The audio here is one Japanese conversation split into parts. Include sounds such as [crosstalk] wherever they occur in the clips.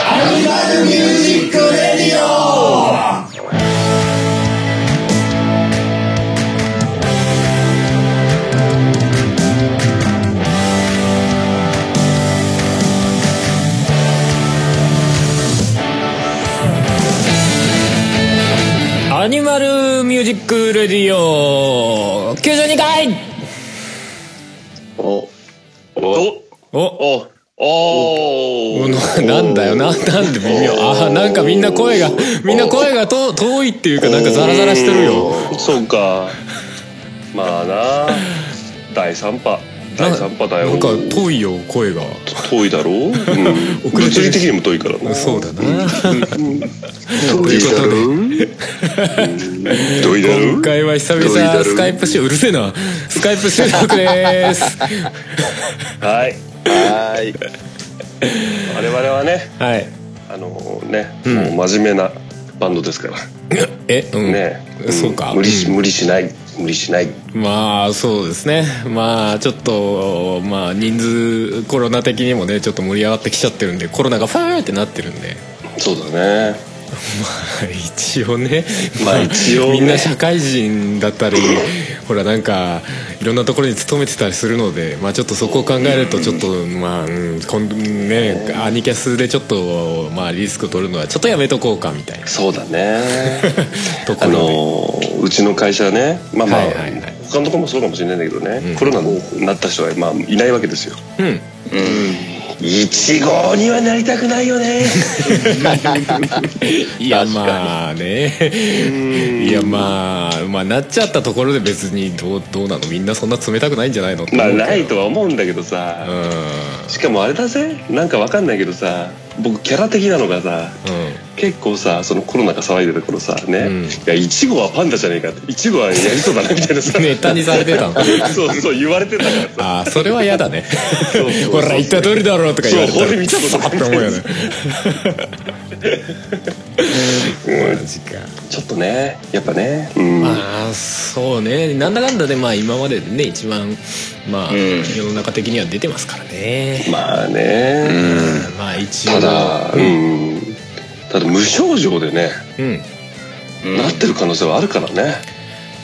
アニマルミュージックレディオアニマルミュージックレディオ92回おおおおおおななんだよななんで微妙あーなんかみんな声がみんな声がと遠いっていうかなんかザラザラしてるよそうかまあな第三波な第三波だよなんか遠いよ声が遠いだろう、うん、遅れてる物理的にも遠いからなそうだなどういうことで遠いだろ今う回は久どういだろ々うスカイプしうるせえなスカイプ収録ですはいはーい我々はねはいあのね、もう真面目なバンドですからえうん、ね、そうかん無理し、うん無理しない無理しないまあそうですねまあちょっとまあ人数コロナ的にもねちょっと盛り上がってきちゃってるんでコロナがファーってなってるんで [laughs] そうだねまあ一応ねまあ一応ね [laughs] みんな社会人だったりほらなんかいろんなところに勤めてたりするのでまあちょっとそこを考えるとちょっとまあ、うん、こんねアニキャスでちょっとまあリスク取るのはちょっとやめとこうかみたいなそうだねとこ [laughs] あろでのうちの会社ねまあまあ、はいはいはい他のところもそうかもしれないんだけどね、んコロナになった人はまあいないわけですようん一号にはなりたくないよ [laughs] ねいやまあねいやまあまあなっちゃったところで別にどうどうなのみんなそんな冷たくないんじゃないのってまあ思うけどないとは思うんだけどさ、うんしかもあれだぜなんかわかんないけどさ僕キャラ的なのがさ結構さそのコロナが騒いでる頃さね、うんいやいちごはパンダじゃねえかっていちごはやりそうだなみた [laughs] いなさネタにされてたのそうそう言われてたからさああそれは嫌だねそうそうそうほら言った通りだろうとか言われたそうら俺見たことないクソって思うよねマジかちょっとねやっぱねうん、まあそうねなんだかんだでまあ今まででね一番まあん世の中的には出てますからねまあね、まあ一応ただうん、ただ無症状でね、うんなってる可能性はあるからね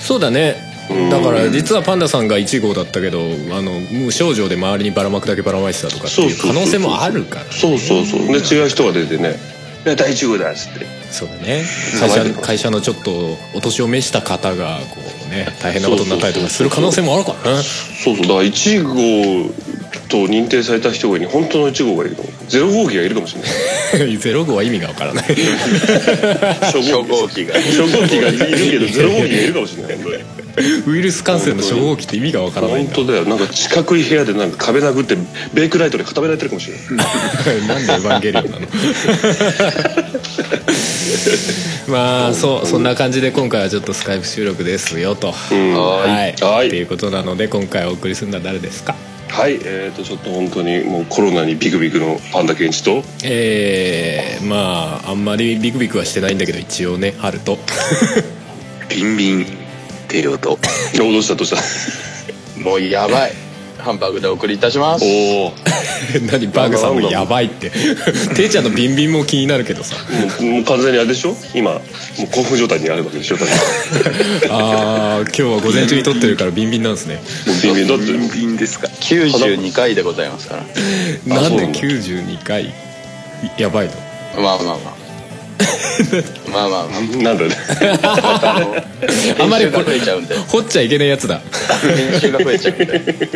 そうだねうんだから実はパンダさんが1号だったけどあの無症状で周りにばらまくだけばらまいてたとかっていう可能性もあるからそうそうそうで違う人が出てね「いや大丈夫だ」っつってそうだね騒いで会る社会社のちょっとお年を召した方がこうね大変なことになったりとかする可能性もあるからねそうそうだから1号と認定された人がいに本当の1号がいるかも0号機がいるかもし [laughs] れない [laughs] 0号は意味がわ [laughs] からない初初号機が初号機がいるけど0号機 [laughs] がいるかもしれない本当にウイルス感染の初号機って意味がわからないん本だ当だよなんか四角い部屋でなんか壁殴ってベイクライトで固められてるかもしれない [laughs] なんでエヴァンゲリオンなの [laughs] まあそうそんな感じで今回はちょっとスカイプ収録ですよと、はいはいっていうことなので今回お送りするのは誰ですかはいえー、とちょっと本当にもうコロナにビクビクのパンダケンチとえー、まああんまりビクビクはしてないんだけど一応ね春とビンビンテレオとおどうしたどうしたもうやばいハンバーグでお送りいたしますおお [laughs] 何バーグさんもやばいって [laughs] ていちゃんのビンビンも気になるけどさもうもう完全にあれでしょ今もう興奮状態にあるわけでしょ多分ああ今日は午前中に撮ってるからビンビンなんですねもうビンビンだってビンビンですか92回でございますからなんそうでなんだ92回やばいのまあまあまあまあまあまあなん [laughs] だねあんまり編集こが増れえちゃうんで掘っちゃいけないやつだ編集が増えちゃうんで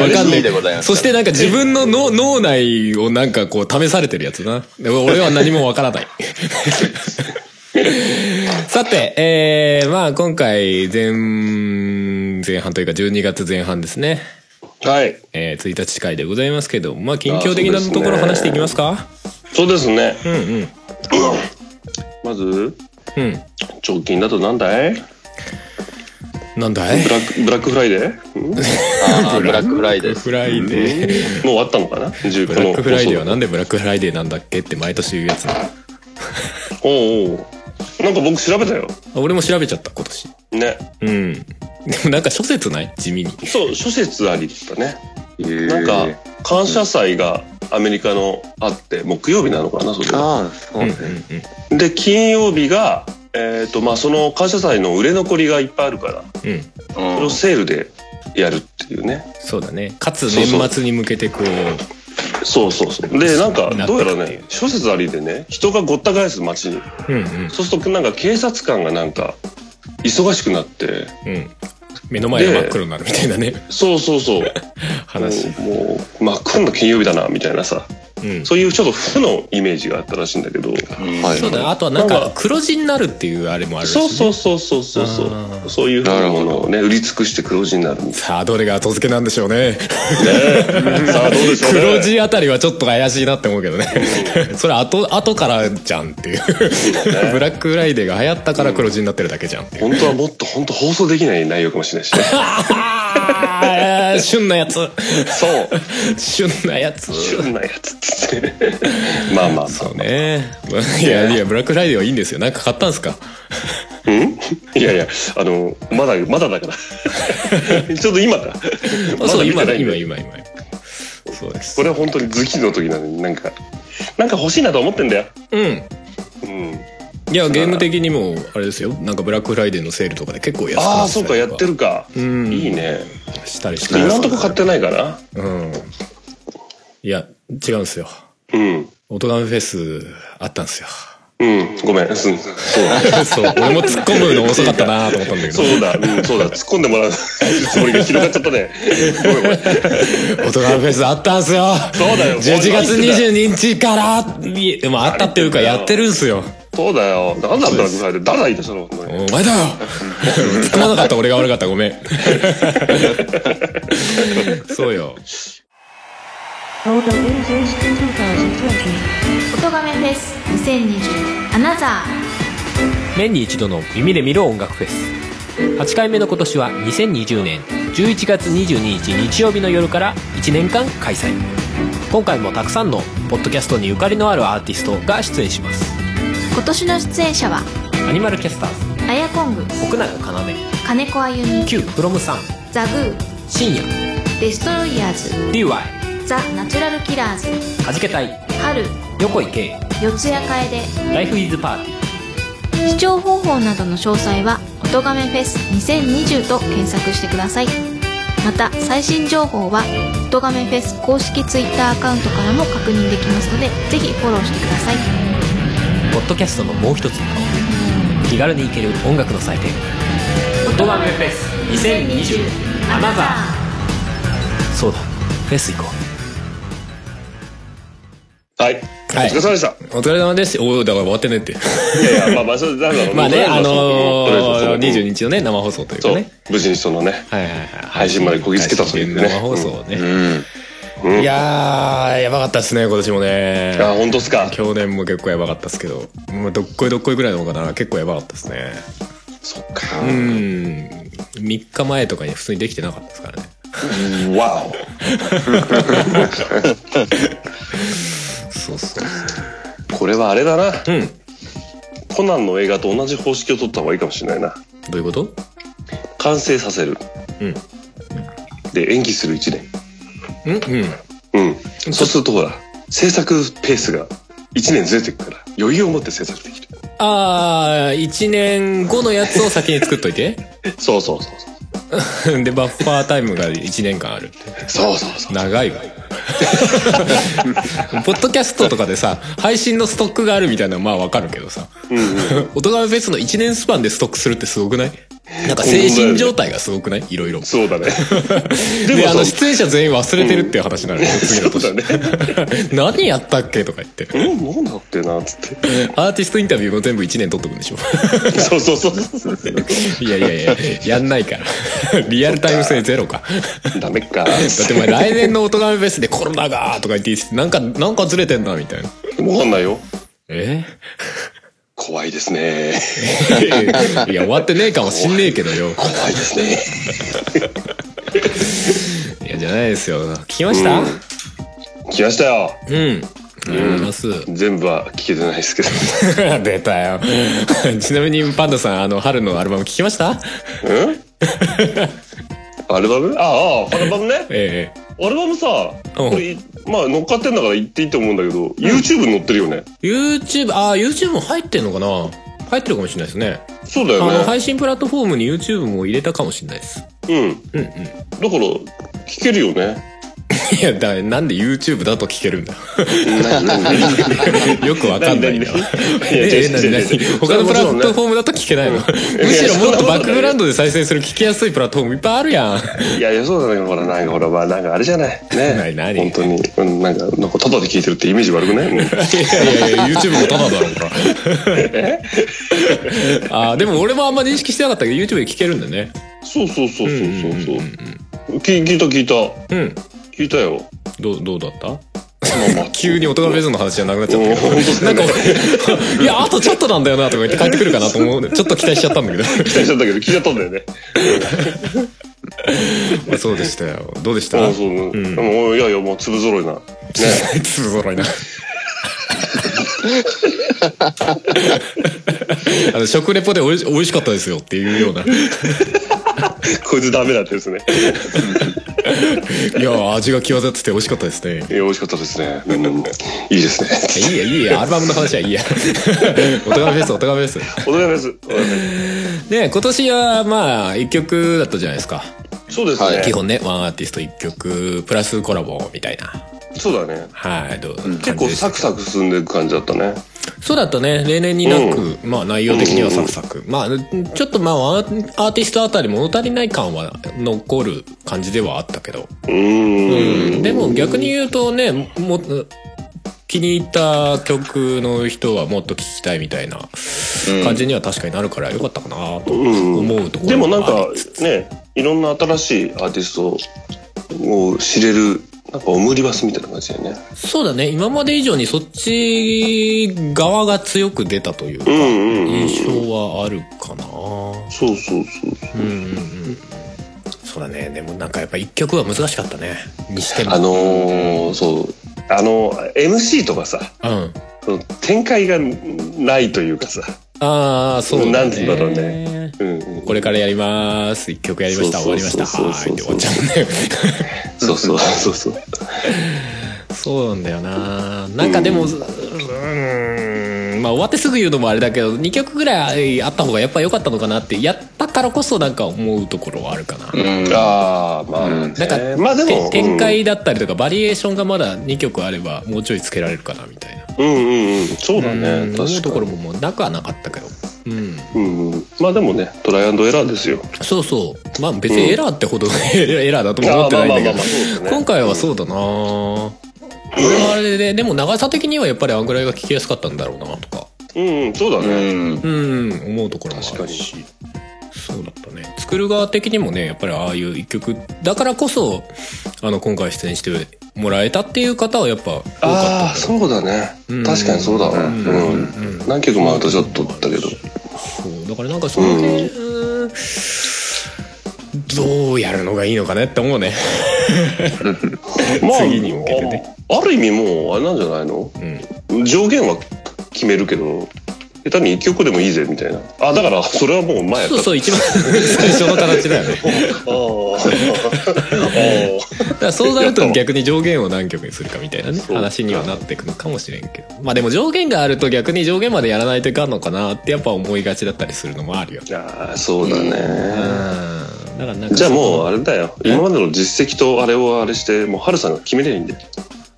わかんな92でございいますそしてなんか自分の脳脳内をなんかこう試されてるやつなでも俺は何もわからない [laughs] さてえー、まあ今回前前半というか12月前半ですねはいえー、1日会でございますけどまあ近況的なところ話していきますかそうですねう,、んまずうん直近だとなんだいうんなんだいブラックブラックフライデーんもうあーブラックフライデーですフライデー終わったのかな10ブラックフライデーはななんでブラックフライデーなんだっけって毎年言うやつあおうおうなんか僕調べたよ俺も調べちゃった今年ねうんでもなんか諸説ない地味にそう諸説ありだったねななんか感謝祭がアメリカのあって木曜日なのかなそれはああ、そううんねう。んで金曜日がえっ、とまあその感謝祭の売れ残りがいっぱいあるからうんうんそれをセールでやるっていうねそうだねかつそうそう年末に向けてこうそうそうそうでなんなかってどうくやらね諸説ありでね人がごった返す街にうんうんそうするとなんか警察官がなんか忙しくなってうん目の前が真っ黒になるみたいなねそうそうそう話もうもう真っ黒な金曜日だなみたいなさうんそういうちょっと負のイメージがあったらしいんだけどうんはいそうだあとはなんなんかか黒字になるっていうあれもあるらしいそねうそうそうそうそうそあーうそういうふうなものをね売り尽くして黒字になるみたさあどれが後付けなんでしょうねいなね [laughs] さあどうでしょう [laughs] ね黒字あたりはちょっと怪しいなって思うけどねそれ後後からじゃんっていうブラックフライデーが流行ったから黒字になってるだけじゃんっていう本当はもっと本当放送できない内容かもしれないしね [laughs] あー旬なやつそう旬なやつ旬なやつっつってまあまあまあそうねいやいやブラックフライデーはいいんですよなんか買ったんすかうんいやいやあのまだま [laughs] だだからちょっと今だまそう見今てなだいん今で今今そうですこれは本当にズキの時なのになんかなんか欲しいなと思ってんだようんうんいやゲーム的にもあれですよなんかブラックフライデーのセールとかで結構安くなああってたそうりとかやってるかうんいいねしたりして今んとこ買ってないかなうんいや違うんですようんオトガメフェスあったんですよ [laughs] うんごめんすそうそう俺も突っ込むの遅かったなと思ったんだけどそうだ、うん、そうだ突っ込んでもらうつもりが広がっちゃったねごめんごめんオトガメフェスあったんすよそうだよ11月22日からいでもあったっていうかやってるんすよそうだよなんだったら誰だ言いたしたのお前お前だよ突っ込まなかった俺が悪かった [laughs] ごめんそうよ Total Music 2020. 音がめフェス2020アナザ年に一度の耳で見る音楽フェス8回目の今年は2020年11月22日日曜日の夜から1年間開催今回もたくさんのポッドキャストにゆかりのあるアーティストが出演しますー今年の出演者はアニマルキャスターズアヤコング奥永要金子あゆみ Q フロムサンザグ深夜ーデストロイヤー DY はズザ・ナチュラルキラーズじけたい春横井圭四谷楓ライフイズパーテ視聴方法などの詳細は「音がめフェス2020」と検索してくださいまた最新情報は「音がめフェス」公式 Twitter アカウントからも確認できますのでぜひフォローしてくださいィーポッドキャストのもう一つの顔気軽に行ける音楽の祭典「音がめフェス2020アナザー」そうだフェス行こうはいおはい疲れ様でしたお疲れ様ですおだから終わってねっていやいや、まあまあ、それだから、まあね、あとりあえずそのー、22うん日のね、生放送というかそうね。、無事にそのね、はいはいはい。配信までこぎつけたという配ね信生放送ね。うんいやー、やばかったですね、今年もね。あ、本当っすか。去年も結構やばかったですけど、もうどっこいどっこいぐらいの方かな、結構やばかったですね。そっか。うん。3日前とかに普通にできてなかったですからね。わそうそうお。これはあれだな。そう。うん。コナンの映画と同じ方式を取った方がいいかもしれないな。どういうこと完成させる。うんで、演技する一年。うんうん。うん。そうするとほら、制作ペースが一年ずれてくから、余裕を持って制作できる。あー、1年後のやつを先に作っといて。 [laughs] そうそうそうそう。で、バッファータイムが1年間あるって。そうそうそう。長いわ [laughs] ポッドキャストとかでさ配信のストックがあるみたいなのはまあわかるけどさ「音がフェス」の1年スパンでストックするってすごくないなんか精神状態がすごくないいろいろそうだね。であそうの出演者全員忘れてるっていう話になるよ、次のそうだ年、ね。 [laughs] 何やったっけとか言ってうん、もうなってな、つって。アーティストインタビューも全部1年取っとくんでしょ [laughs] そうそうそうそう。いやいやいややんないから [laughs] リアルタイム性ゼロかダメか。だってお前来年の「音がフェス」でコロナがーとか言って言ってなんかなんかずれてんなみたいなわかんないよ。え怖いですね。 [laughs] いや終わってねえかもしんねえけどよ怖いですね。いやじゃないですよ聞きました来ましたよ。うん、うん、ます全部は聞けてないですけ [laughs] ど。出たよ [laughs] ちなみにパンダさんあの春のアルバム聞きましたうんアルバムああ、アルバムね。ええアルバムさ、うんこれ、まあ乗っかってんだから言っていいと思うんだけど、YouTube に載ってるよね。 YouTube ああ YouTube も入ってるのかな入ってるかもしれないですねそうだあよのね。配信プラットフォームに YouTube も入れたかもしれないですうん。うんうんだから、聞けるよね。 [laughs] いやだなんで YouTube だと聞けるんだ [laughs] 何何何よくわかんないんだ何何 [laughs] 何いや違うええ何違う違何う他のプラットフォームだと聞けないの、 [laughs] むしろもっとバックグラウンドで再生する聞きやすいプラットフォームいっぱいあるやんいやいやそうだねほらなんかほらまあなんかあれじゃないね何何本当にうんなんかなんかタダで聞いてるってイメージ悪くない、うんいやいやいや YouTube もただだろうか [laughs] あーでも俺もあんま認識してなかったけど YouTube で聞けるんだねそうそうそうそうそうそうんう聞聞いた聞いたうんうん聞いたよどうどうだったまあ [laughs] まあ急に大人ベースの話じゃなくなっちゃったけうん本ど [laughs] なんか俺いやあとちょっとなんだよなとか言って帰ってくるかなと思うちょっと期待しちゃったんだけど期待しちゃったけど聞いちゃったんだよね [laughs] まあそうでしたよどうでしたあ [laughs] そうね、んでもいやいやもう粒揃いなね粒揃いな [laughs] あの食レポでおいし美味しかったですよっていうような「こいつダメだったですねいや味が際立ってて美味しかったですねいや美味しかったですね、うん、いいですね」いいやいいやアルバムの話はいいやお互いフェスお互いフェ [laughs] お願いしますお願いしまスで今年はまあ1曲だったじゃないですかすそうですね、はい基本ねワンアーティスト1曲プラスコラボみたいなそうだねはいどう結構サクサク進んでいく感じだったねそうだったね例年になく、まあ内容的にはサクサク、まあちょっとまあワンアーティストあたり物足りない感は残る感じではあったけど、うーんでも逆に言うとねも気に入った曲の人はもっと聴きたいみたいな感じには確かになるからよかったかなと思うところでもなんはあかりつつねいろんな新しいアーティストを知れるなんかオムリバスみたいな感じだよねそうだね今まで以上にそっち側が強く出たというか、んうんうん印象はあるかなそうそうそううんうんうんそうだねでもなんかやっぱ一曲は難しかったねにしてもあのー、そうあの MC とかさうんその展開がないというかさ、ああそうだねなんつうんだろうねうんうん、これからやります一曲やりました終そわうりましそたうそうそうはーいって終わっちゃうんだよねそうそうそうそうそうなんだよななんかでもうーんまあ終わってすぐ言うのもあれだけど2曲ぐらいあった方がやっぱ良かったのかなってやったからこそなんか思うところはあるかな、うんああまあ、ねなんか、まあでもて展開だったりとかバリエーションがまだ2曲あればもうちょいつけられるかなみたいな、うんうんうんうんそうだうんね確か思にうところももうなくはなかったけど、うん、うんうん、まあでもねトライアンドエラーですよそうそうまあ別にエラーってほど [laughs] エラーだとも思ってないんだあーまあまあまあまあそけうだどね今回はそうだな俺はあれででも長さ的にはやっぱりあんぐらいが聞きやすかったんだろうなとかうんうんそうだうね、んうん思うところもあるしそうだったね作る側的にもねやっぱりああいう一曲だからこそあの今回出演してもらえたっていう方はやっぱ多かったんだろあうあそうだね、うん確かにそうだわ、うん何曲もあるとちょっとだったけどそうだからなんかその辺、うーんどうやるのがいいのかねって思うねまあ次に向けてねあある意味もうあれなんじゃないの、上限は決めるけど下手に1曲でもいいぜみたいなあだからそれはもう前やったそうそう一番最初の形だよねあだからそうなると逆に上限を何曲にするかみたいなね話にはなっていくのかもしれんけどまあでも上限があると逆に上限までやらないといかんのかなってやっぱ思いがちだったりするのもあるよねあああそうだうんね、だからなんかじゃあもうあれだよ今までの実績とあれをあれしてもうハルさんが決めりゃいいんだよ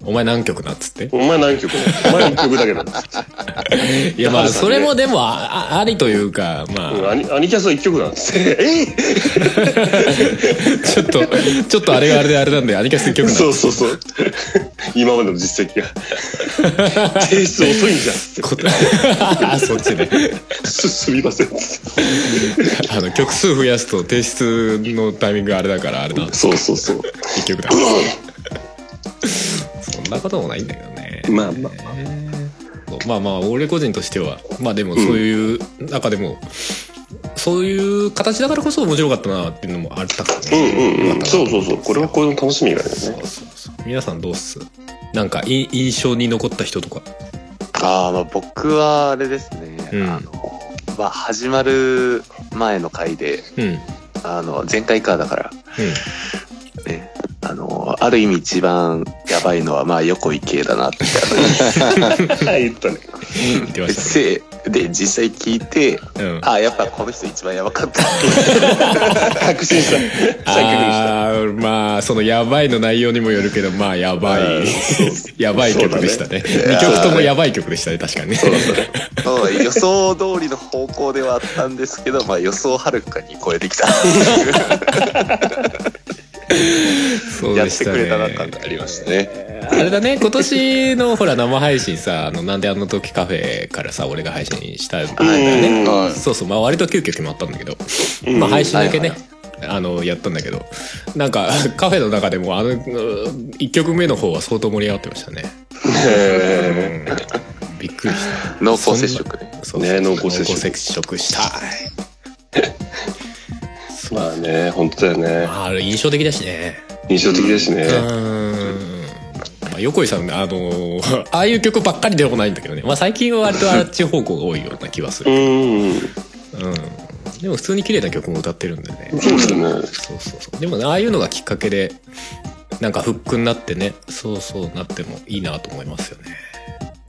お前何曲なっつってお前何曲お前1曲だけだっつっていやまあだからねそれもでもああありというかまあ、うんアニアニキャスは1曲なん [laughs] ですええちょっとちょっとあれがあれであれなんでアニキャス曲なんでそうそうそう。今までの実 [laughs] 績が。提出遅いんじゃんっつっこあ [laughs] そっちねて。すすみませんっつって。あの曲数増やすと提出のタイミングがあれだからあれだそうそうそう。一曲だそんなこともないんだけどねまあまあ。まあまあ俺個人としてはまあでもそういう中でも、そういう形だからこそ面白かったなっていうのもあったからうね、んうんよかうん。ったそなうそうそう。これはこれの楽しみがあるよね。そうそうそう皆さんどうっすなんかい印象に残った人とかあーまあ僕はあれですね、うんあのまあ、始まる前の回でうんうんあの前回かだから、ね、あのの、ある意味一番やばいのは、まあ、横井系だなって。 [laughs] 言ったね。言ってま [laughs] しで、で実際聞いて、た、うん、あ、やっぱこの人一番やばかった。確信した。再確認した。あーまあその「やばい」の内容にもよるけどまあやばいうんそうそ [laughs] やばい曲でしたねうだね2曲ともやばい曲でしたね確かにねそう予想通りの方向ではあったんですけど、まあ、予想をはるかに超えてきた [laughs] そうでしたねやってくれたなありましたね。あれだね今年のほら生配信さあのなんであの時カフェからさ俺が配信したんだよねはいそうそうまあ割と急遽決まったんだけど、うんまあ、配信だけね、はいあのやったんだけどなんか [laughs] カフェの中でもあの1曲目の方は相当盛り上がってましたね、うんびっくりした濃厚接触でそうそうね濃厚接触濃厚接触したいまあね、本当だよね。あれ印象的だしね印象的だしね。うんまあ、横井さんあの [laughs] ああいう曲ばっかりでもないんだけどね、まあ、最近は割とあっち方向が多いような気はすうる、ん。うん、でも普通に綺麗な曲も歌ってるんでねそうだね。そうそうそうでもねああいうのがきっかけでなんかフックになってねそうそうなってもいいなと思いますよね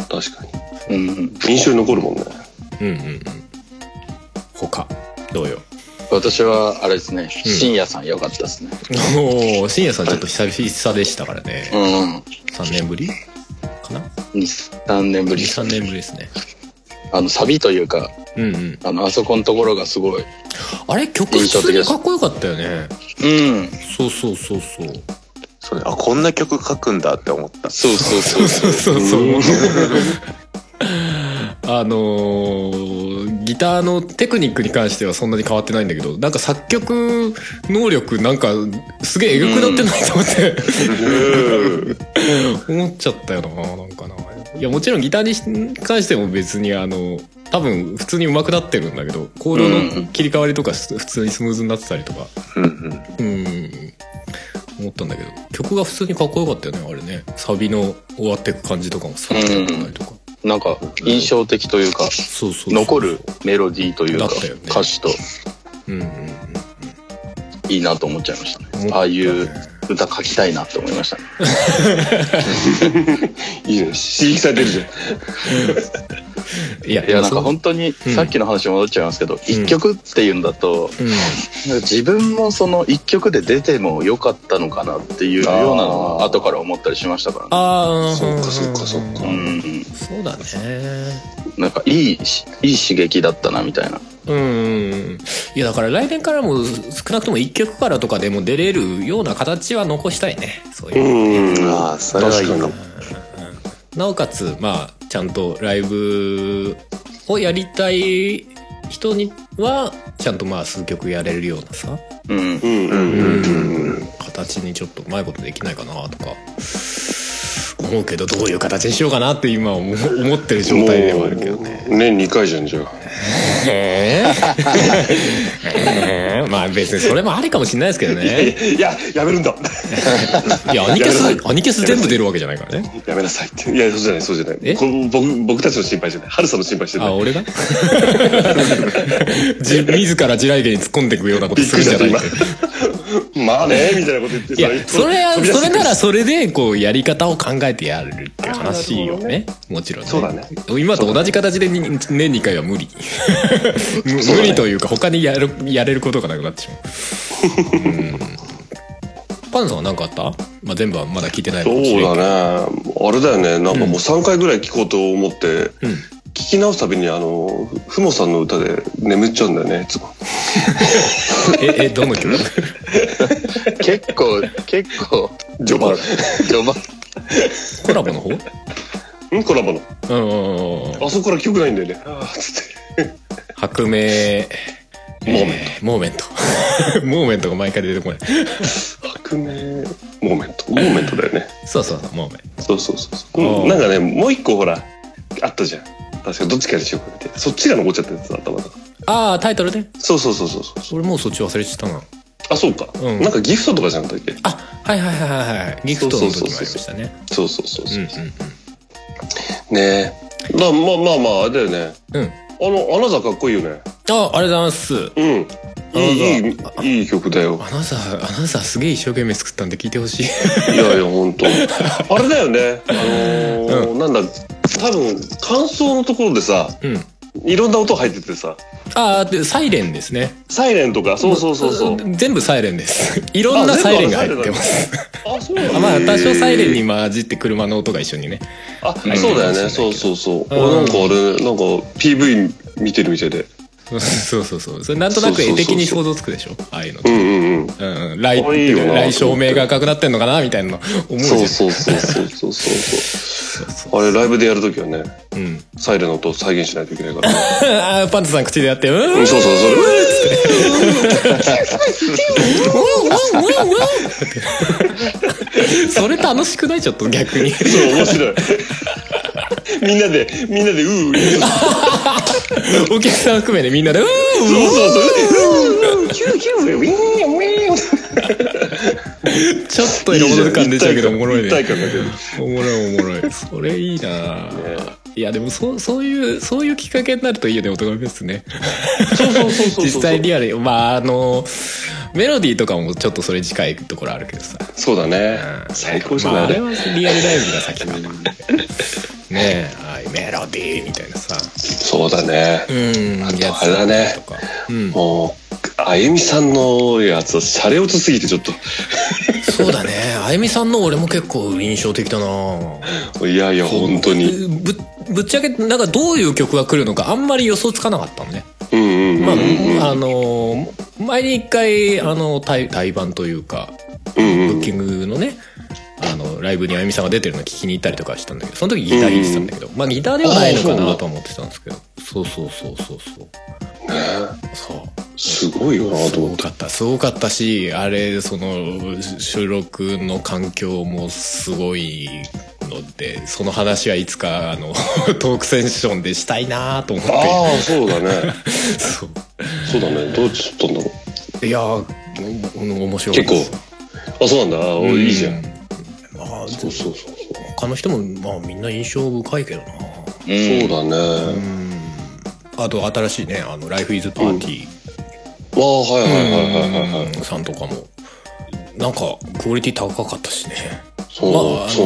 確かに。うん印象に残るもんね。うんうんうん他どうよ私はあれですね、深夜さん良かったですね。おお深夜さんちょっと久々でしたからねうん。 3年ぶりかな2、3年ぶり。 23年ぶりですねあの、サビというか、うんうんあの、あそこのところがすごい。あれ曲普通にかっこよかったよねうん。そうそうそうそうそうねあこんな曲書くんだって思ったそうそうそうそう。そうそうそうあのーギターのテクニックに関してはそんなに変わってないんだけどなんか作曲能力なんかすげええぐくなってないと思って、思っちゃったよななんかないやもちろんギターに関しても別にあの多分普通に上手くなってるんだけどコードの切り替わりとかす普通にスムーズになってたりとかうんうんうん思ったんだけど曲が普通にかっこよかったよねあれねサビの終わってく感じとかもさっきやったりとか、なんか、印象的というか、そうそうそう残るメロディーというか、だったよね歌詞とうんうんうんいいなと思っちゃいました思っね。たああいう歌書きたいなって思いましたね。いいね。刺激されてるじゃん。いやいや、なんかそう本当に、うんさっきの話戻っちゃいますけど、一曲っていうんだと、うん自分もその一曲で出ても良かったのかなっていうようなのは後から思ったりしましたからね。ああそうかそうかそううかうん、そうだねなんかいいしいい刺激だったなみたいなうんうんうんいやだから来年からも少なくとも1曲からとかでも出れるような形は残したいねそういう、うん。ああそれはいいかもなおかつまあちゃんとライブをやりたい人にはちゃんとまあ数曲やれるようなさうんうんうんうん形にちょっとうまいことできないかなとか思うけどどういう形にしようかなって今思思ってる状態ではあるけどね。もう年2回じゃんじゃあ [laughs] へ [laughs] えまあ別にそれもありかもしれないですけどね。いややめるんだいやアニキャやめスアニキャス全部出るわけじゃないからね。やめなさいっていやそうじゃないそうじゃなえいこの僕僕たちの心配じゃないハルさんの心配してなあい俺が [laughs] じ自ら地雷原に突っ込んでいくようなことするんじゃないびっかくりしまあねみたいなこと言っていやそれは飛び出そしてれくるならそれでこうやり方を考えてやるって話よねもちろんねそうだね今と同じ形でに年2回は無 [laughs] 理無そう無だね理というか他にやるやれることがなくなってしまううんパンさんは何かあった、まあ、全部はまだ聞いてないかもしれんけそどうだねあれだよねなんかもう3回ぐらい聴こうと思って、うん聞き直すたびにあのふもさんの歌で眠っちゃうんだよねいつもええどの曲結構 [laughs] 結構序盤序盤コラボの方うんうんコラボのうんうんうんあそこから記憶ないんだよねあーつって白明えーモーメントモーメントが [laughs] 毎回出てこない革命モーメントモーメントだよねそうそうそうモーメンそうそうそうそうあうーんなんかねもう一個ほらあったじゃん確かどっちかにしようかってそっちが残っちゃったやつだ頭がトああタイトルねそうそうそうそうそう俺もうそっち忘れてたなあそうか、うんなんかギフトとかじゃなかったっけあはいはいはいはいはいギフトの時もありましたねそうそうそううそんう、うんねえまあまあまあまああれだよねうんうんあのアナザーかっこいいよねあありがとうございますうんいいいいいい曲だよアナウンサーアナウンサーすげえ一生懸命作ったんで聞いてほしいいやいや本当あれだよねあのーなんだ多分感想のところでさうんいろんな音入っててさああでサイレンですねサイレンとかそうそうそうそう全部サイレンですいろんなサイレンが入ってますあそうなんだあまあ多少サイレンに混じって車の音が一緒にねあうんそうだようねんそうそうそうあうんなんかあれなんか PV 見てるみたいでそうそうそうそれなんとなく絵的に想像つくでしょああいうのうんうんうんうんうん来これいいよな来照明が赤くなってんのかなみたいなの思うじゃそんうそうそうそうそうそそううそうあれライブでやるときはねうんサイレンの音を再現しないといけないからね [laughs] あーパンツさん口でやってうんうんそうそうそうそれ楽しくないちょっと逆にそう面白いみんなでみんなでうーうーお客さん含めてみんなで「うーそううそうそううーうーキューキューウィーンウィーンーちょっとエロモノ感出ちゃうけどおもろい一体ね感だけどおもろいおもろいそれいいなぁいやでもそうそういうそういうきっかけになるといいよね音がですねそうそうそうそう実際リアルにまああのメロディーとかもちょっとそれに近いところあるけどさそうだねうん最高じゃまあ、なあいれはリアルライブが先かなねえ、はい、メロディーみたいなさそうだねうんあとあれだねとかうんもうあゆみさんのやつはシャレオツすぎてちょっそうだねあゆみさんの俺も結構印象的だなといやいや本当にぶぶっちゃけなんかどういう曲が来るのかあんまり予想つかなかったのね、うんうんまあうんあのー前に一回あの対対バンというかうんブッうんキングのねあのライブにあゆみさんが出てるの聞きに行ったりとかしたんだけどその時ギター弾いてたんだけど、まあギターではないのかなと思ってたんですけどそうそうそうそうそうそうすごいよなすと思ごってかったすごかったしあれその収録の環境もすごいのでその話はいつかあの [laughs] トークセッションでしたいなと思ってああそうだねそうそうだねどうちょっとんだろいやーうん面白かったです結うあそうなんだあーいいじゃうんまあそうそうそうそう他の人もまあみんな印象深いけどなそうだうねんあと新しいね「あのライフイズパーティーああはいはいはいはいはいはいうんさんとかもなんかクオリティ高かったしねそう、まあ、あのそう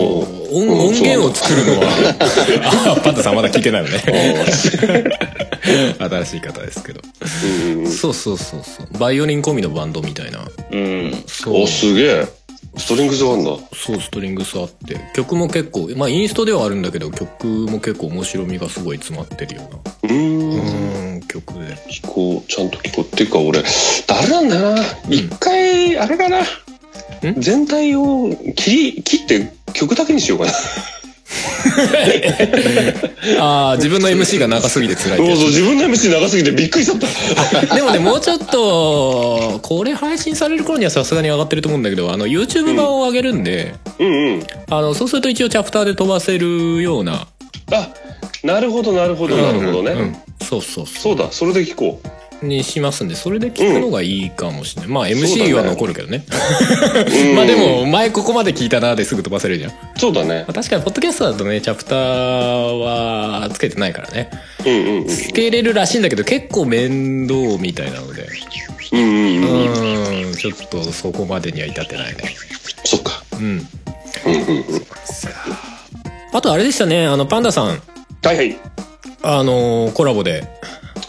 音うん音源を作るの [laughs] はあパンタさんまだ聞いてないのね新しい方ですけどうんうんうんそうそうそうそうバイオリン込みのバンドみたいなうん。そうおすげえストリングスがあんだそうストリングスあって曲も結構まあインストではあるんだけど曲も結構面白みがすごい詰まってるよううーんなうん曲で聞こうちゃんと聞こうっていうか俺誰なんだな一、回あれかな全体を切り切って曲だけにしようかなああ自分の MC が長すぎて辛いってそやうつそう自分の MC 長すぎてびっくりしちゃったでもね、もうちょっと、これ配信される頃にはさすがに上がってると思うんだけど、あの、YouTube 版を上げるんで、うんうんあの、そうすると一応チャプターで飛ばせるような。あなるほどなるほどなるほどね、うんそうそうそそうだそれで聞こうう。にしますんで、それで聞くのがいいかもしれない。まあ、そうだ MC ねは残るけどね。うん [laughs] まあでも、前ここまで聞いたなですぐ飛ばせるじゃん。まそうだねあ確かに、ポッドキャストだとね、チャプターはつけてないからね。うんうんうんつけれるらしいんだけど、結構面倒みたいなので。うんううんうんーん、ちょっとそこまでには至ってないね。そっかうん。うんうんうんあとあれでしたね、あの、パンダさん、はいはいあのーコラボで、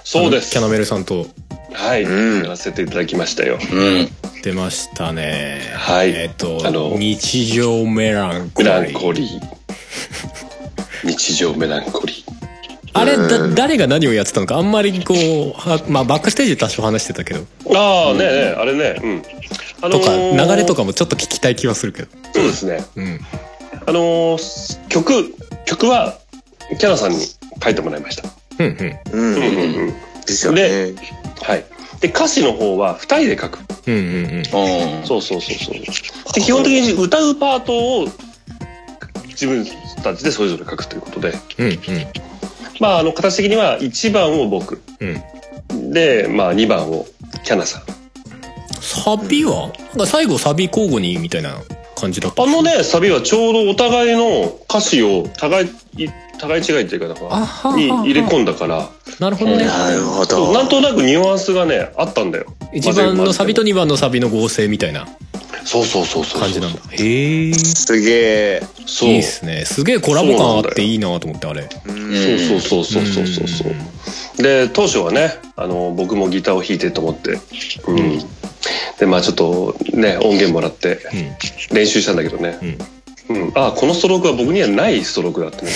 そうですキャナメルさんとはい、うんやらせていただきましたようん。出ましたね。はいえっ、と、あの日常メランコメリー。ランコリー [laughs] 日常メランコリーあれ、だ、うん誰が何をやってたのか、あんまりこう、はまあ、バックステージで多少話してたけど、ああ、ねえねえあれね、うん。あとか、流れとか。かもちょっと聞きたい気はするけど。そうですね。うん。あのー曲、曲は、キャナさんに書いてもらいました。うんうん。うんうんうん。うん。ですよね。はい。で、歌詞の方は二人で書く。うんうんうん。うん。そうそうそうそう。で、基本的に歌うパートを、自分たちでそれぞれ書くということで。うんまあ、あの、形的には1番を僕。うん。うん。で、まあ、2番をキャナさん。サビはなんか最後サビ交互にみたいな感じ感じだったあのね、サビはちょうどお互いの歌詞を互い、互い違いっていうか、だかあははら、に入れ込んだから、なるほどねなるほそうど。なんとなくニュアンスがね、あったんだよ。 1番のサビと2番のサビの合成みたいなそうそうそうそう。感じなんだへえいすげえ。そう。いっすねすげえコラボ感あっていいなと思ってあれそうそうそうそうそうそうそうで当初はねあの僕もギターを弾いてと思ってうん、でまあちょっとね音源もらって練習したんだけどねうん、あこのストロークは僕にはないストロークだってね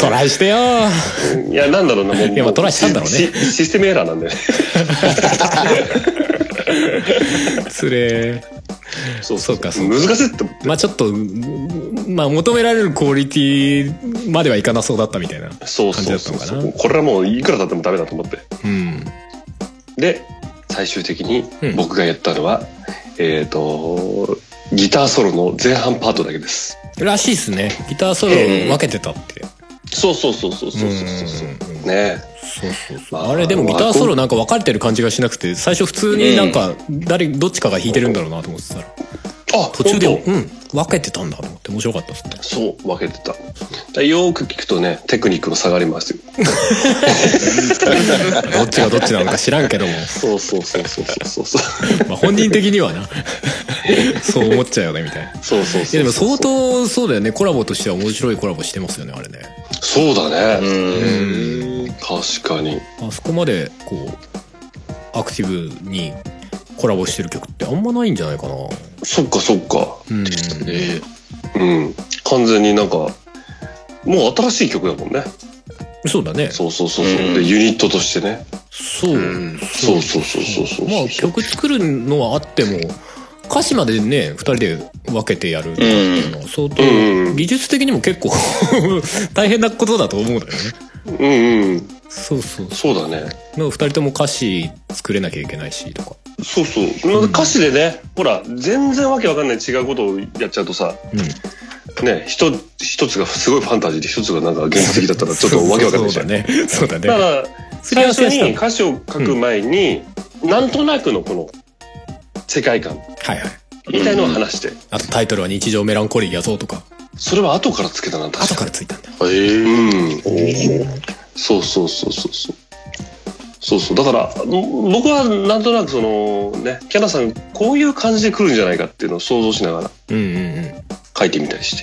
トライしてよーいやなんだろうなもういやまあトライしたんだろうねしシステムエラーなんでねつれーそうそうかそうか難しいってまあちょっとうんまあ求められるクオリティまではいかなそうだったみたいなそう感じそだうったそのうかなそうこれはもういくらだってもダメだと思ってうんで最終的にうん僕がやったのは、えっ、とギターソロの前半パートだけですらしいっすねギターソロを分けてたって、そうそうそうそうそうそうそううんうんうんねそうそうそうまああれでもギターソロなんか分かれてる感じがしなくて最初普通になんか誰どっちかが弾いてるんだろうなと思ってたらあ途中で本当うん分けてたんだと思って面白かったっすねそう分けてただからよーく聞くとねテクニックも下がりますよどっちがどっちなのか知らんけ [laughs] どもそうそうそうそうそうそうまあ本人的にはなそう思っちゃうよねみたいないそうそうそうやでも相当そうだよねコラボとしては面白いコラボしてますよねあれねそうだねうん確かにあそこまでこうアクティブにコラボしてる曲ってあんまないんじゃないかなそっかそっかうんうん完全になんかもう新しい曲だもんねそうだねそうそうそうそうでユニットとしてねそうそうそうそうそうそうまあ曲作るのはあっても歌詞までね2人で分けてやるっていうのは相当うんうん技術的にも結構 [laughs] 大変なことだと思うんだよねうんうんそうそうそそうだねう2人とも歌詞作れなきゃいけないしとかそうそう歌詞でねほら全然わけわかんない違うことをやっちゃうとさうんね、一つ一つがすごいファンタジーで一つがなんか現実的だったらちょっとわけわかんないじゃん。だそうだねそうだねからすり合最わせは初したにの歌詞を書く前に、なんとなくのこの世界観はいはいみたいのを話して、あとタイトルは「日常メランコリーやぞ」とかそれは後からつけたな確後かからついたんだに。うん。そうそうそうそうそう。そうそうだからん僕はなんとなくそのねキャナさんこういう感じで来るんじゃないかっていうのを想像しながらうんうんうん書いてみたりしいて。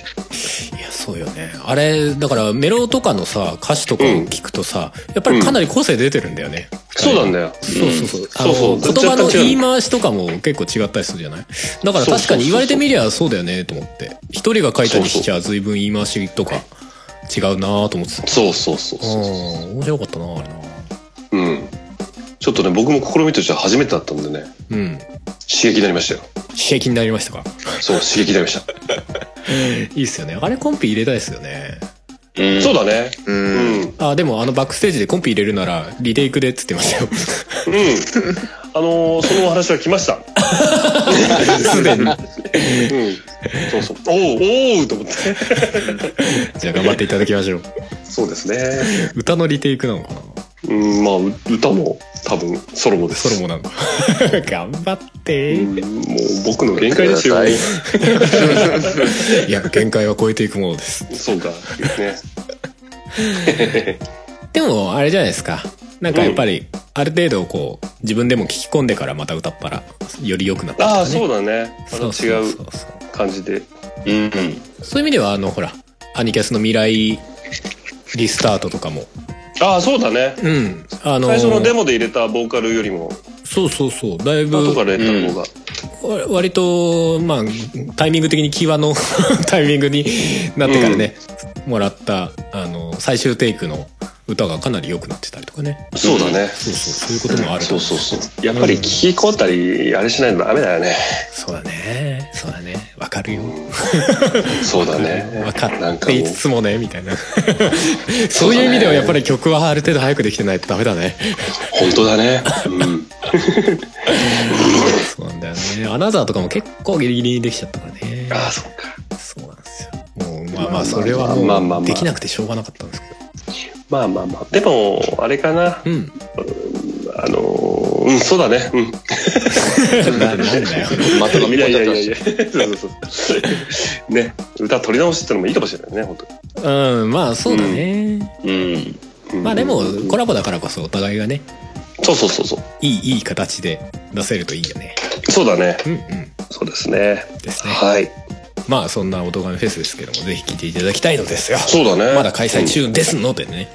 やそうよねあれだからメロとかのさ歌詞とかを聞くとさ、やっぱりかなり個性出てるんだよね、そうなんだよ。そうそうそう,、あそのうそう言葉の若干違う言い回しとかも結構違ったりするじゃないだから確かに言われてみりゃそうだよねと思って一人が書いたにしちゃ随分言い回しとか違うなと思ってたそうそうそううそう。ん面白かったなあれなうん。ちょっとね、僕も試みとしては初めてだったんでね、うん刺激になりましたよ。刺激になりました [laughs] かそう、刺激になりました。いいっすよねあれコンピ入れたいっすよねそうだね。う。うんん。うん。あでもあのバックステージでコンピ入れるならリテイクでっつってました [laughs] よあのーそのお話は来ま [laughs] した。すでにうん。そうそう。おう、おうと思って。じゃあ頑張っていただきましょうそうですね。歌のリテイクなのかなうん、まあ、う歌も多分ソロもです。ソロもなんだ [laughs] 頑張ってうんもう僕の限界ですよ。いや限界は超えていくものですそうか。 [laughs] ね。でもあれじゃないですかなんかやっぱりある程度こう自分でも聞き込んでからまた歌ったらより良くなったあとあ、かそねうだね。またそう違うそうそう感じで。そういう意味ではあのほらアニキャスの未来リスタートとかもああ、そうだね。うんあの最初のデモで入れたボーカルよりも、そうそうそうだいぶ後から入れた方が。わ割とまあタイミング的に際の [laughs] タイミングになってからね、もらったあの最終テイクの歌がかなり良くなってたりとかねそうだね。そうそうそういうこともあるそうそうそう。やっぱり聞き込んだり、あれしないとダメだよね。そうだねそうだねわかるよそうだね。わかなっんかてもいうつつもねみたい [laughs] なそういう意味ではやっぱり曲はある程度早くできてないとダメだね本当だね。 [laughs] うん。そうなんだよねアナザーとかも結構ギリギリにできちゃったからねああ、そっか。そうなんですよもうまあまあそれはまあまあまもあうできなくてしょうがなかったんですけど [laughs] まあまあまあ。でも、あれかな。うんあのーうん、そうだね。うん。ななんだよまた飲み込んじゃったいやいやいやし。いやそうそうそう。 [laughs] ね、歌取り直しってのもいいかもしれないね、本うんまあそうだね、うん。当に。まあでもうんコラボだからこそお互いがねそうそうそうそう。いいいい形で出せるといいよねそうだね。うんうんそうですね。ですねはい。まあそんな音がめフェスですけどもぜひ聞いていただきたいのですよそうだね。まだ開催中ですのでね、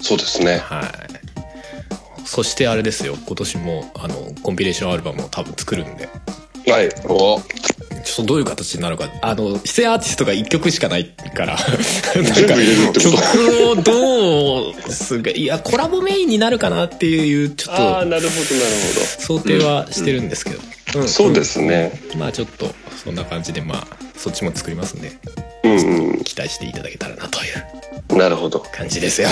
そうですね。はいそしてあれですよ今年もあのコンピレーションアルバムを多分作るんではい。おちょっとどういう形になるかあの出演アーティストが1曲しかないからなんか全部入れるってこと曲をどうするかいやコラボメインになるかなっていうちょっああ、となるほど、なるほ想定はしてるんですけど、ど。そうですね。まあちょっとそんな感じでまあそっちも作りますんでうんう。期待していただけたらなというんなるほど。感じですよ、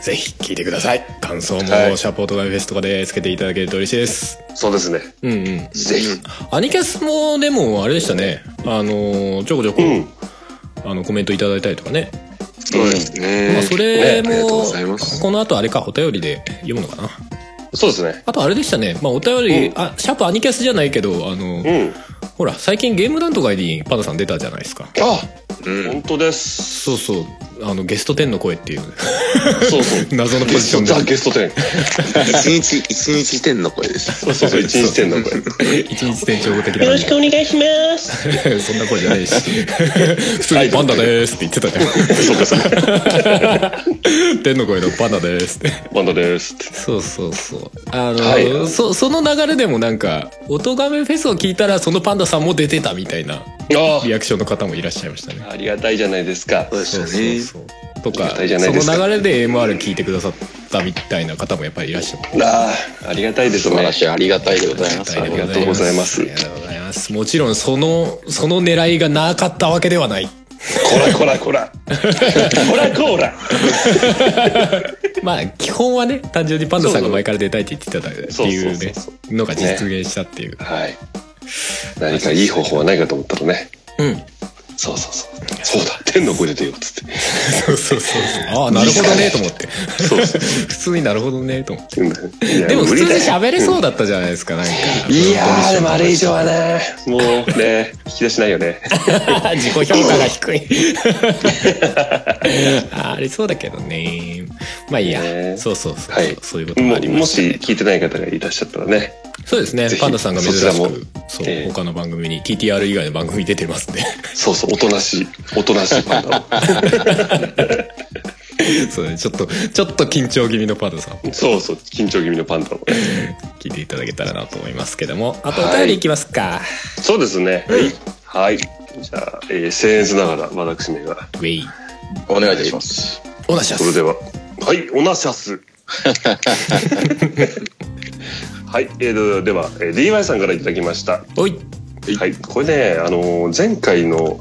ぜひ聴いてください感想もシはいャポートガイフェスとかでつけていただけると嬉しいですそうですね。うんうんぜひ。アニキャスもでもあれでしたねあのちょこちょこ、うんあのコメントいただいたりとかね、そうですまあ、ね。それも、ねありがとうございますこの後あれかお便りで読むのかなそうですね。あとあれでしたね、まあ、お便り、うんあシャープアニキャスじゃないけどあの、うん。ほら最近ゲーム団とかにパンダさん出たじゃないですかあ、うん。本当です。そうそうあのゲスト10の声っていう [laughs] そうそう。謎のポジションでザ・ゲスト10。一日、一日点の声です。 [laughs] そうそうそう、一日点の声。一日店長的なよろしくお願いします。そんな声じゃない [laughs] し普通に「パンダです」って言ってたじゃそうかそうか。ん [laughs] 天の声の「パンダです」ってバンドですって。そうそうそうあの、はいそその流れでもなんか「音がめフェス」を聞いたらそのパンダさんも出てたみたいなあリアクションの方もいらっしゃいましたねあ、ありがたいじゃないですか。そうでそうすそうね。そうとありかがたいじゃないですそかの流れで MR 聞いてくださったみたいな方もやっぱりいらっしゃってああ、ありがたいです素晴ねら。しい。ありがたいでございます。あありりががととううごござざいいまますすあ。りがとうございますもちろんそのその狙いがなかったわけではないこらこらこら。こらこら。まあ基本はね単純にパンダさんが前から出たいって言ってたっていそううそうねそうそのが実現したっていう、はい。何かいい方法はないかと思ったらね。うんそうそうそう。そうだ、天の声出てよ、つって。そうそうそうああなるほどねと思ってそう普通になるほどねと思ってでも普通に喋れそうだったじゃないですかなんかいやー、でもあれ以上はね、もうね、引き出しないよね。自己評価が低い [laughs] あありそうだけどねまあいいや、ねそうそうそう、はいそういうことももありうまもしたねし聞いてない方がいらっしゃったらね。そうですねぜひパンダさんが珍しそちらもくそう、ええ他の番組に TTR 以外の番組に出てますんで [laughs] そうそう、おとなしい、おとなしいパンダを。そうねちょっとちょっと緊張気味のパンダさんも [laughs] そうそう、緊張気味のパンダを。聞いていただけたらなと思いますけどもあとお便りいきますか、そうですね。はい。じゃあ、えー、僭越ながら、私めが。ウェイお願いいたします。おなしゃそれでは、はい、オナシ [laughs] ャス。はい、えー、では、えー、DY さんからいただきました。おいはい、これね、あのー前回の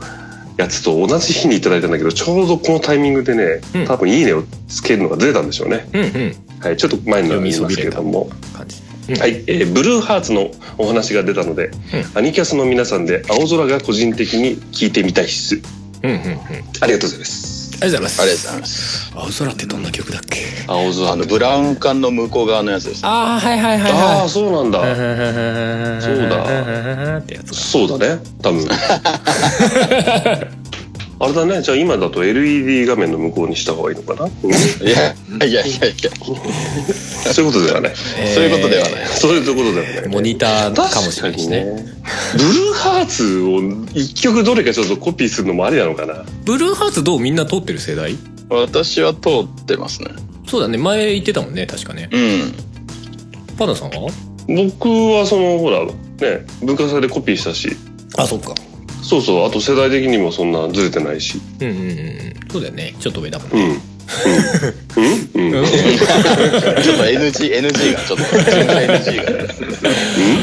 やつと同じ日にいただいたんだけど、ちょうどこのタイミングでねうん、多分いいねをつけるのがずれたんでしょうね。うんうんはい、ちょっと前になりますけれども。感じはい、えーブルーハーツのお話が出たので、アニキャスの皆さんで青空が個人的に聞いてみたいっす。うんうんうんありがありがとうございます。とうございますありがとうございます。青空ってどんな曲だっけ青空。あの、ブラウン管の向こう側のやつです。ああはいはいはいあはあ、いそうなんだ。そううだってやつかそうだね多分あれだねじゃあ今だと LED 画面の向こうにした方がいいのかな、うんいや、いやいやいや、そういうことではないそういうことではない。そういうことではないモニターかもしれないしね確かにブルーハーツを一曲どれかちょっとコピーするのもありなのかなブルーハーツどうみんな通ってる世代私は通ってますね。そうだね前言ってたもんね確かねうん。パンダさんは僕はそのほらね文化祭でコピーしたしあそっかそうそうあと世代的にもそんなずれてないしうんうんうんそうだよねちょっと上だもんうんねうんうん、うん、うんちょっと NG、NG が、ちょっと、NG がね。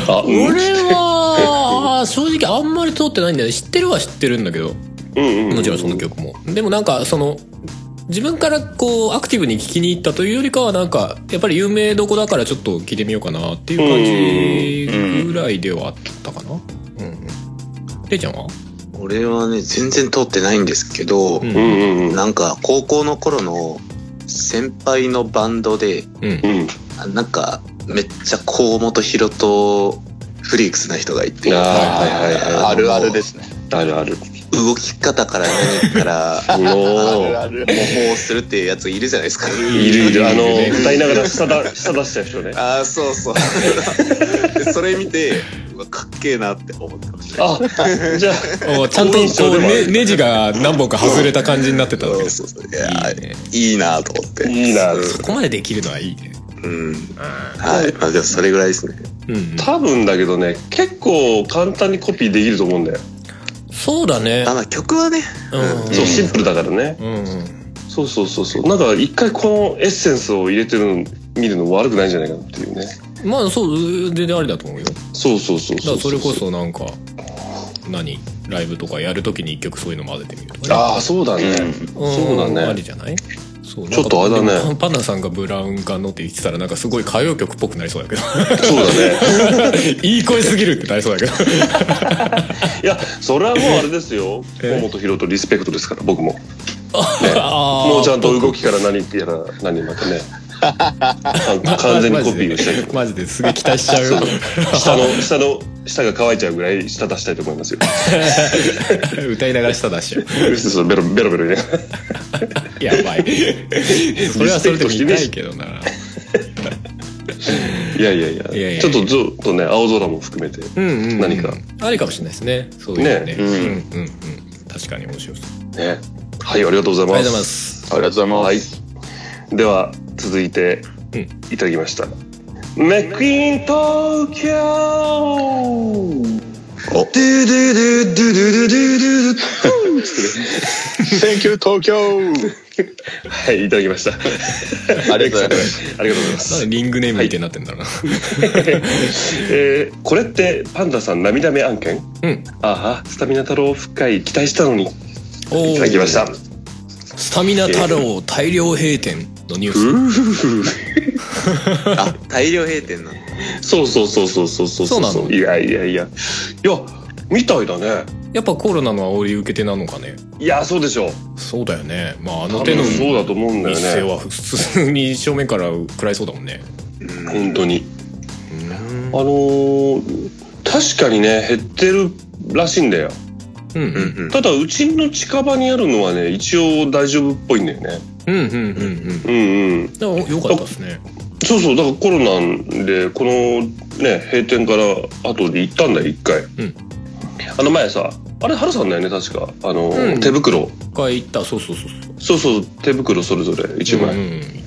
あうん俺はあー正直あんまり通ってないんだよね知ってるは知ってるんだけどうんうんもちろんその曲もでもなんかその自分からこうアクティブに聴きに行ったというよりかはなんかやっぱり有名どこだからちょっと聴いてみようかなっていう感じぐらいではあったかなうんうんれいちゃんは俺はね、全然通ってないんですけど、うんうんうんうんなんか、高校の頃の先輩のバンドで、うんうんあなんか、めっちゃ河本博とフリークスな人がいてあーはいはいはいあるあるですね。あるある。動き方から何から [laughs] おあーるある模倣するっていうやついるじゃないですかいるいる。あの、歌いながら舌だ舌出しちゃう人ね。ああそう [laughs] そうでそれ見てうわかっけえなって思ってましたあ、じゃあ、おちゃんとこ好印象でう、もあるね、ネジが何本か外れた感じになってたわそけうですそうそういやいいねいいなと思っていいな。そこまでできるのはいいねうんはいまあでもそれぐらいですねうん多分だけどね、結構簡単にコピーできると思うんだよ。そうだねあまあ曲はねうんそう、シンプルだからね。うんうんそうそうそうそう。なんか一回このエッセンスを入れてるの見るのも悪くないんじゃないかなっていうね。まあそう全然ありだと思うよだかそうそうそうらう。それこ。そなんか何ライブとかやるときに一曲そういうの混ぜてみるとかねああ、そうだね。んそうだねありじゃないそうちょっとあれだねなんかでもパンダさんがブラウン管のって言ってたらなんかすごい歌謡曲っぽくなりそうだけど [laughs] そうだね。いい声すぎるってなりそうだけどいや、それはもうあれですよ。え河本博とリスペクトですから、 [laughs] 僕も。あーもうちゃんと動きから何やら何ま [laughs] でね。あ [laughs] 完全にコピーをしたいと思いますマジですげえ期待しちゃうよ下の下の下が乾いちゃうぐらい舌出したいと思いますよ。 [laughs] [laughs] 歌いながら舌出しちゃうそうベロベロベロね。やば [laughs] いそれはそれで見たいけどないやいやいや。いやいやちょっとずっとね青空も含めて。うんうんうん何かありかもしれないですねそういうのねねううんんうんうん確かに面白そうね。はいありがとうございあます。りがとうございますありがとうございます。はい。では続いてうんいただきました。メックイン東京。おドゥドゥドゥドゥドゥドゥドゥドゥ Thank you, 東京はいいただき [laughs] ました。ありがとうございま [laughs] す。ありがとうございまなんす。でリングネームみたいになってんだろうな、えーこれってパンダさん涙目案件？うんああスタミナ太郎復活期待したのにいおーただきました。スタミナ太郎大量閉店のニュースあ大量閉店なのそうそうそうそうそうそうそうなのいやいやいやいやみたいだねやっぱコロナの煽り受けてなのかねいやそうでしょうそうだよねまああの多手の分そうだと思うんだ一世よねは普通に正面から食らいそうだもんね本当にあのー確かにね減ってるらしいんだようんうんうんただうちの近場にあるのはね一応大丈夫っぽいんだよねうんうんうんうんうんうんでもよかったですねそうそうだからコロナでこのね閉店から後で行ったんだよ一回、んあの前さあれ春さんだよね確かあのー、うん手袋一回行ったそうそうそうそうそうそう手袋それぞれ1枚、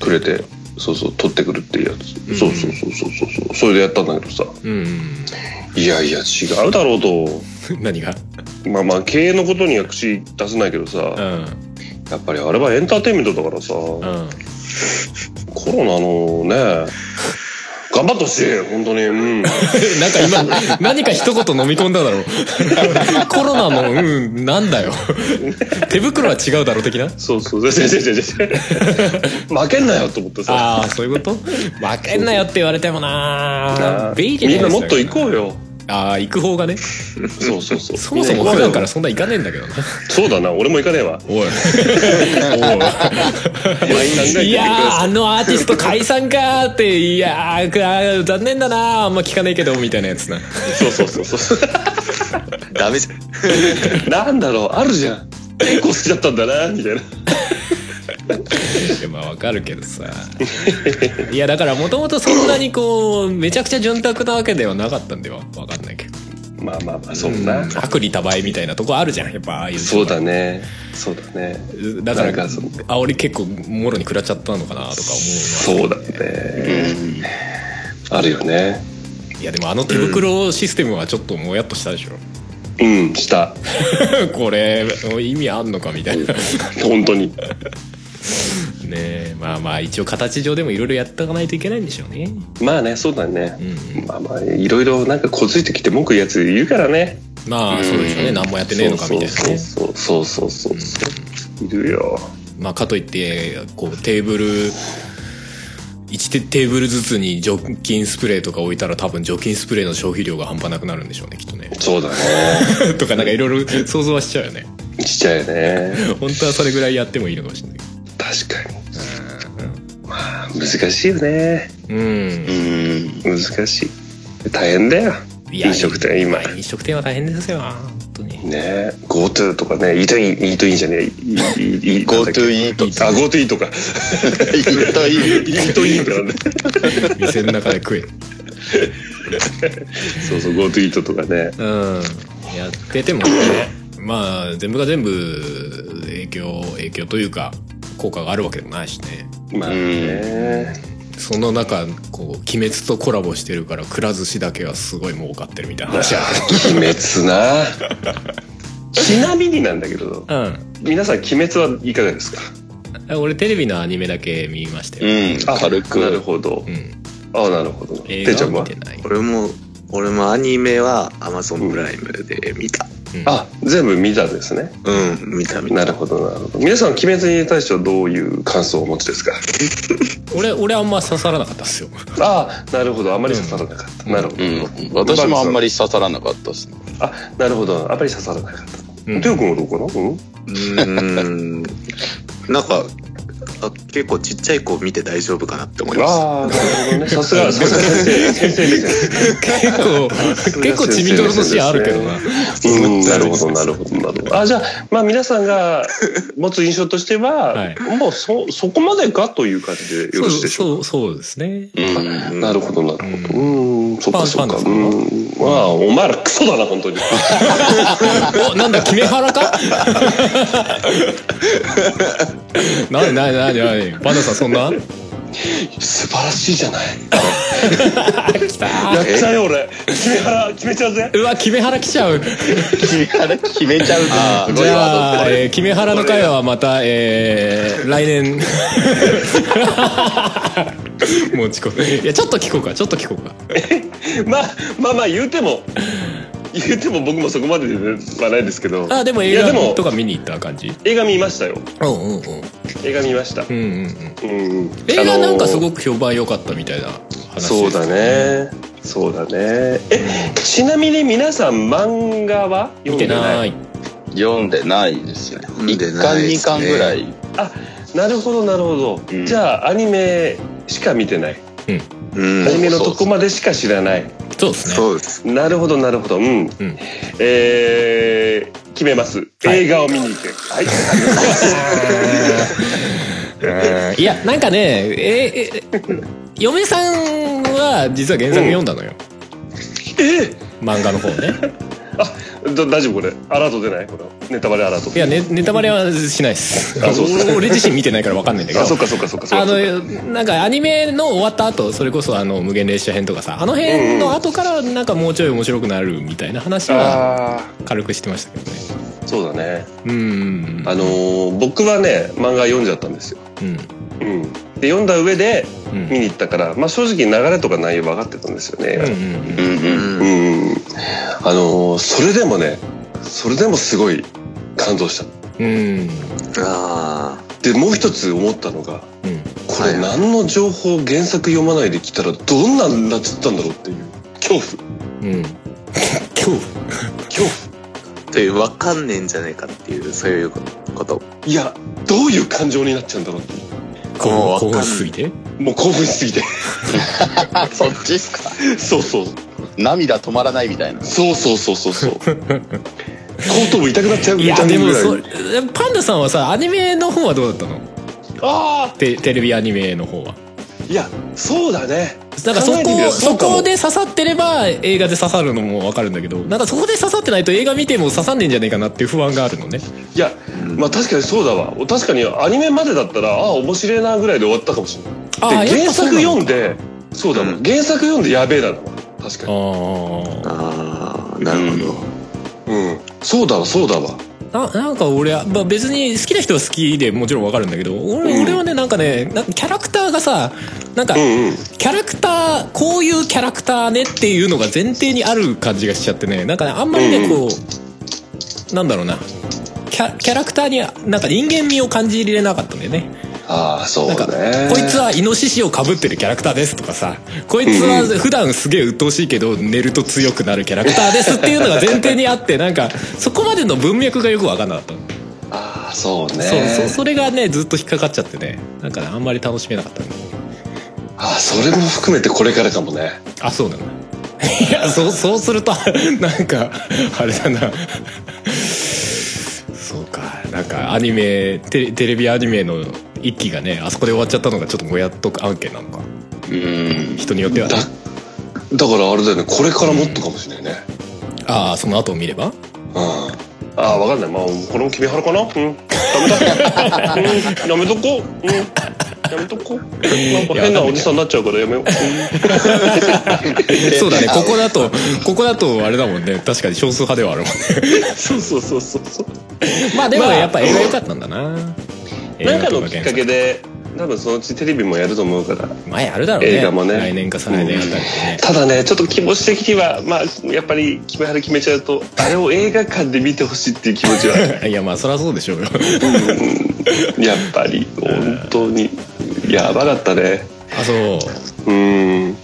くれてそうそう取ってくるっていうやつ、うんそうそうそうそうそうそうそれでやったんだけどさうんうんうんいやいや違うだろうとうん [laughs] 何がまあまあ経営のことには口出せないけどさ、うやんっぱりあれはエンターテインメントだからさ、うん [laughs] コロナのね頑張ってほしい本当にうんなんか今、 [laughs] 何か一言飲み込んだだろう。 [laughs] コロナの、うん、なんだよ。 [laughs] 手袋は違うだろう的なそ [laughs] うそう全然全然全然負けんなよと思ってさああ、そういうこと負けんなよって言われてもななああベイじゃみいんでなすもっと行こうよ [laughs] ああ、行く方がね。そうそうそうそもそも普みんな行こう段よからそんな行かねえんだけどな。そうだな俺も行かねえわおい。おいやー、あのアーティスト解散かーって、いやー、あー残念だなー、あんま聞かねえけど、みたいなやつな。そうそうそうそう [laughs] ダメじゃ [laughs] んなんだろうあるじゃん結構好きだったんだなみたいないやまあわかるけどさいやだからもともとそんなにこうめちゃくちゃ潤沢なわけではなかったんではわかんないけどまあまあまあそんな、悪利多売みたいなとこあるじゃんやっぱああいうそうだねそうだねだからなんかそ煽り結構もろに食らっちゃったのかなとか思うそうだね、あるよねわいやでもあの手袋システムはちょっともやっとしたでしょ、 [laughs] うんしたこれ意味あんのかみたいな [laughs] ね本当にえまあまあ一応形上でもいろいろやっていかないといけないんでしょうねまあねそうだね、うんまあまあいろいろなんかこづいてきて文句言うやついるからねまあそうでしょうね何もやってねえのかみたいなねそうそうそうそうそういるよまあ、かといってこうテーブル1テテーブルずつに除菌スプレーとか置いたら多分除菌スプレーの消費量が半端なくなるんでしょうねきっ [laughs] とねそうだねとかなんかいろいろ [laughs] 想像はしちゃうよねちっちゃいよね本当はそれぐらいやってもいいのかもしれない確かにまあ難しいよねうんうん難しい大変だよいや飲食店今飲食店は大変ですよ本当にね GoTo とかねイートインイートインじゃねえイー GoTo イートあ GoTo イートか言ったいいイートインだね店の中で食えそうそう GoTo イートとかねうんやっててもねまあ全部が全部影響影響というか効果があるわけでもないしねまあねその中こう「鬼滅」とコラボしてるからくら寿司だけはすごい儲かってるみたいな話あ鬼滅 [laughs] なちなみになんだけどる皆さん鬼滅はいかがですかうん俺テレビのアニメだけ見ましたうよ、ん軽くなるほどうん、あなるほど映てっち画ゃんはは見てない俺も俺もアニメはアマゾンプライムで見たあ全部見たんですねうん、見た見たなるほどなるほど皆さん鬼滅に対してはどういう感想をお持ちですか俺俺あんま刺さらなかったっすよあなるほどあまり刺さらなかった、なるほど、うん、私もあんまり刺さらなかったですね。あなるほどあまり刺さらなかったうんてよくんはどうかな、うん、うーんなんかあ結構ちっちゃい子見て大丈夫かなって思いましたああなるほ [laughs] どねさすがさすが先生先生目線結 [laughs] 構結構ちびどろのシーンあるけどなうんなるほどなるほどなるほどあじゃあまあ皆さんが持つ印象としては、はいもうそそこまでかという感じでよそろうしいでしょうかそうそうですねうん、なるほどなるほど。うん、そっかそっか。パンうパンん、まあお前らクソだな本当に。おなんだ決め腹かなになになになにバナさんそんな [laughs] 素晴らしいじゃない。きたやっちゃうよ俺。決め腹決めちゃうぜ。うわ決め腹来ちゃう君から [laughs] 決めちゃうあじゃあ、えー、決め腹の会話はまた、えー、来年もう遅刻いやちょっと聞こうかちょっと聞こうかまあまあまあ言うても言うても僕もそこまではないですけど。あでもい映やでも画とか見に行った感じ映画見ましたよ。うんうんうん映画見ました。ううんうんうんん。映画なんかすくごく評判良かったみたいな話そうだね。そうだね。えちなみに皆さん漫画は読見んてでないない読んでないですよね。ん一で巻ないで二すね巻ぐらい。なるほどなるほど、うんじゃあアニメしか見てない、うんアニメのとこまでしか知らないそうですねそうですなるほどなるほどうん、んえー決めます、はい映画を見に行く [laughs] はいいやなんかねえええ嫁さんは実は原作読んだのよ、漫画の方ねだ大丈夫これアラート出ないこれネタバレアラートいやネネタバレはしないですあそうですか俺自身見てないから分かんないんだけどあそっかそっかそっかそっあかのなんかアニメの終わった後それこそあの無限列車編とかさあの辺の後からなんかもうちょい面白くなるみたいな話はあ軽くしてましたけどねーそうだねうんうんうんあのー僕はね漫画読んじゃったんですようんうんで読んだ上でうん見に行ったから、まあ正直流れとか内容分かってたんですよね、うんうんうんうん。うんうん、あのーそれでもねそれでもすごい感動したうんあでもう一つ思ったのがうんこれはい何の情報原作読まないで来たらどんなんなっちゃったんだろうっていう恐怖 [laughs] うん恐恐あという分かんねえんじゃないかっていうそういうこと怖いやどういう感情になっちゃうんだろうってい怖もう興分かん奮しすぎてうもう興奮し [laughs] すぎてあ、そっちっすか。そうそう涙止まらないみたいな。そうそうそうそう [laughs] そう後頭部痛くなっちゃういみやたいなでもぐらいそパンダさんはさアニメの方はどうだったのあテテレビアニメの方はあいやそうだねだからそ考えてみれこばうそかもこで刺さってれば映画で刺さるのも分かるんだけどなんかそこで刺さってないと映画見ても刺さんねえんじゃねえかなっていう不安があるのねいやまあ確かにそうだわ確かにアニメまでだったらああ面白いなぐらいで終わったかもしれないあでやっ原ぱそう作なの読んでそうだもん、うん原作読んでやべえだな確かにあああなるほど、うんそうだわそうだわあななんか俺は、まあ、別に好きな人は好きでもちろん分かるんだけど俺,、うん俺はねなんかねなんかキャラクターがさなんかうんうんキャラクターこういうキャラクターねっていうのが前提にある感じがしちゃってねなんかねあんまりねうんこうなんだろうなキャキャラクターになんか人間味を感じれなかったんだよねああそうなんだか、ねこいつはイノシシをかぶってるキャラクターですとかさ、こいつは普段すげえ鬱陶しいけど寝ると強くなるキャラクターですっていうのが前提にあって、なんか、そこまでの文脈がよくわかんなかった。ああそうねそう、そう、それがね、ずっと引っかかっちゃってね、なんかねあんまり楽しめなかったね。あそれも含めてこれからかもねあそうだ [laughs] ないやそうそうすると [laughs] なんかあれだなそうかなんかアニメテレテレビアニメの一期がねあそこで終わっちゃったのがちょっともやっとく案件なのかうん人によってはねだだからあれだよねこれからもっとかもしれないねああその後を見ればうんああ分かんないまあこれも君原かなうんダメだ、うん、やめとこううんやめとこうなんか変なおじさんになっちゃうからやめよう、うんそうだねここだとここだとあれだもんね確かに少数派ではあるもん [laughs] ねそうそうそうそうそうまあでもまあやっぱ映画良かったんだな映なん画かとのきっかけで多分そのうちテレビもやると思うからまあやるだろうね映画もね来年か再来年あたりでね、ただねちょっと気持ち的にはまあやっぱり決めはる決めちゃうとあれを映画館で見てほしいっていう気持ちはいやまあそりゃそうでしょうよ [laughs] やっぱり本当にやばかったねあそううん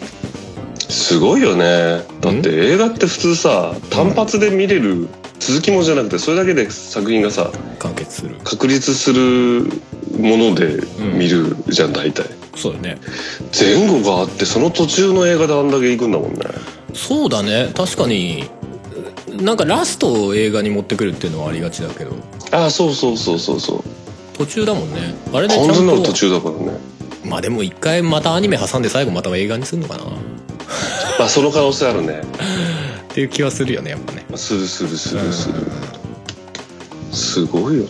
すごいよねだって映画って普通さ単発で見れる続きもんじゃなくてそれだけで作品がさ完結する確立するもので見るじゃん大体そうだね前後があってその途中の映画であんだけ行くんだもんねそうだね確かになんかラストを映画に持ってくるっていうのはありがちだけどああそうそうそうそうそう途中だもんねあれでちゃん完全なの途と中だからねまあでも一回またアニメ挟んで最後また映画にするのかなまあその可能性あるねっていう気はするよねやっぱねするするするするすごいよ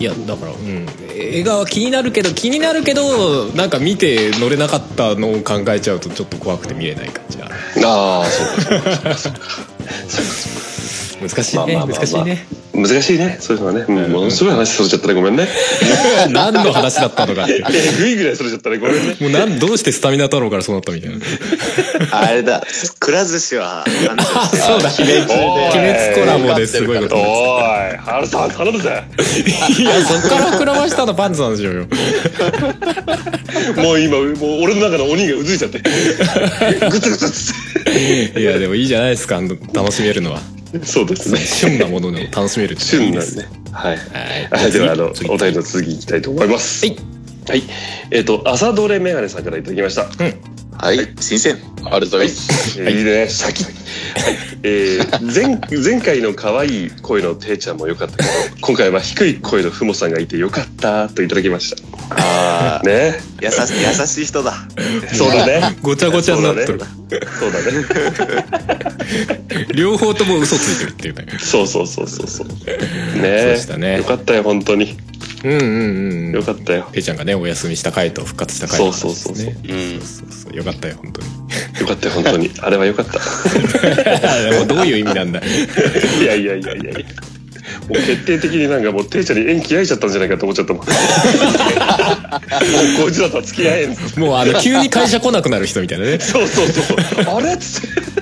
いやだからうん映画は気になるけど気になるけどなんか見て乗れなかったのを考えちゃうとちょっと怖くて見れない感じあるなああそうか難しいね、まあまあまあま [laughs] あ難しいね難しいねそういうのはね、うんものすごい話それちゃったねごめんね何の話だったのかっていうえぐいぐらいそれちゃったねごめんねもうなんどうしてスタミナ太郎からそうなったみたいなあれだくら寿司はあのあそうだ鬼滅おいコラボですごいこと [laughs] おになってい原さん頼む [laughs] ぜたいやそっから膨らましたのパンツなんでしょう [laughs] よもう今もう俺の中の鬼がうずいちゃって [laughs] グツグツグツいやでもいいじゃないですかあの楽しめるのはってそうですね [laughs] 旬なものを楽しめるってい旬いなでんすではいははいい、ではあの次お便りの続きいきたいと思います。はい、はい、えっ、と朝どれメガネさんからいただきました。はい新鮮ありがとうございます。い、いいね、シャキッ。はい、えー、前前回の可愛い声のていちゃんも良かったけど、今回は低い声のふもさんがいて良かったといただきました。ああね、優し優しい人だそうだね。ごちゃごちゃになってそうるだね。そうだね。両方とも嘘ついてるっていうねそうそうそうそうそう。ねでしたね良かったよ本当に。うんうんうん良かったよ。ペイちゃんがねお休みした回と復活した回そのうそう話そうですそうね。うん。そうそうよかったよ本当に良かったよ本当に。あれは良かった。でもどういう意味なんだいやいやいやいやいや。もう決定的になんかもうていちゃんに縁切られちゃったんじゃないかと思っちゃ [laughs] ったもん。もうこいつだとは付き合えんっつって。もうあの急に会社来なくなる人みたいなねそうそうそう。あれっつって。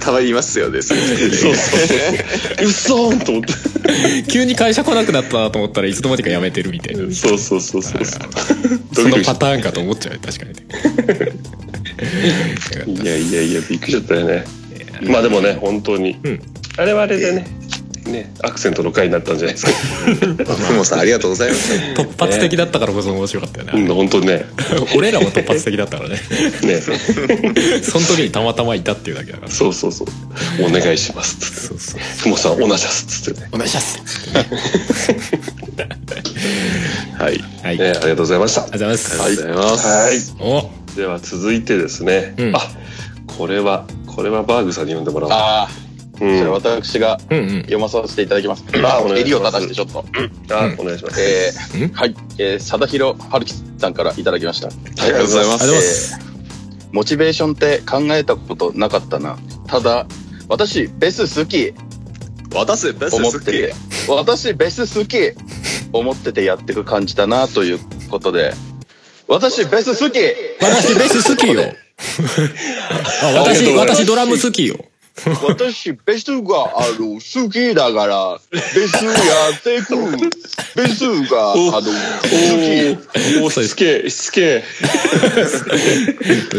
たまにいますよねそういう人そうそうそう。うっそーんと思って。急に会社来なくなったなと思ったらいつの間にか辞めてるみたいなそうそうそうそうそう。そドキドのキパしターンかと思っちゃうよ確かにねよかったいやいやいやびっくりしちゃったよね。まあでもね本当に、んあれはあれでね。ね、アクセントの回になったんじゃないですか。ふもさんありがとうございました突発的だったからこそ面白かったようねん、本当にね。 [laughs] 俺らも突発的だったからねね、その時にたまたまいたっていうだけだからそうそうそう。お願いしますっつって。そうそうふもさん、おなしゃすっつってね。お願いしますはい。 [laughs] はいね、ありがとうございました。ありがとうございますありがとうございますはい。おでは続いてですね、うんあこれはこれはバーグさんに読んでもらおうああ、うんじゃあ私がうんうん読まさせていただきます。あお願いします襟を正してちょっと。あお願いします、えうんー、はい。えー、貞弘春樹さんからいただきました。ありがとうございまありがとうございますえーモチベーションって考えたことなかったな。ただ、私、ベス好き渡すベス思っ好ててき、私、ベス好き思っててやってく感じだなということで、私、ベス好き私ベース好き [laughs] よあ私私ドラム好きよ私、ベスがあの好きだから、ベスやってく。ベスがあの好き。おおしつけしつけ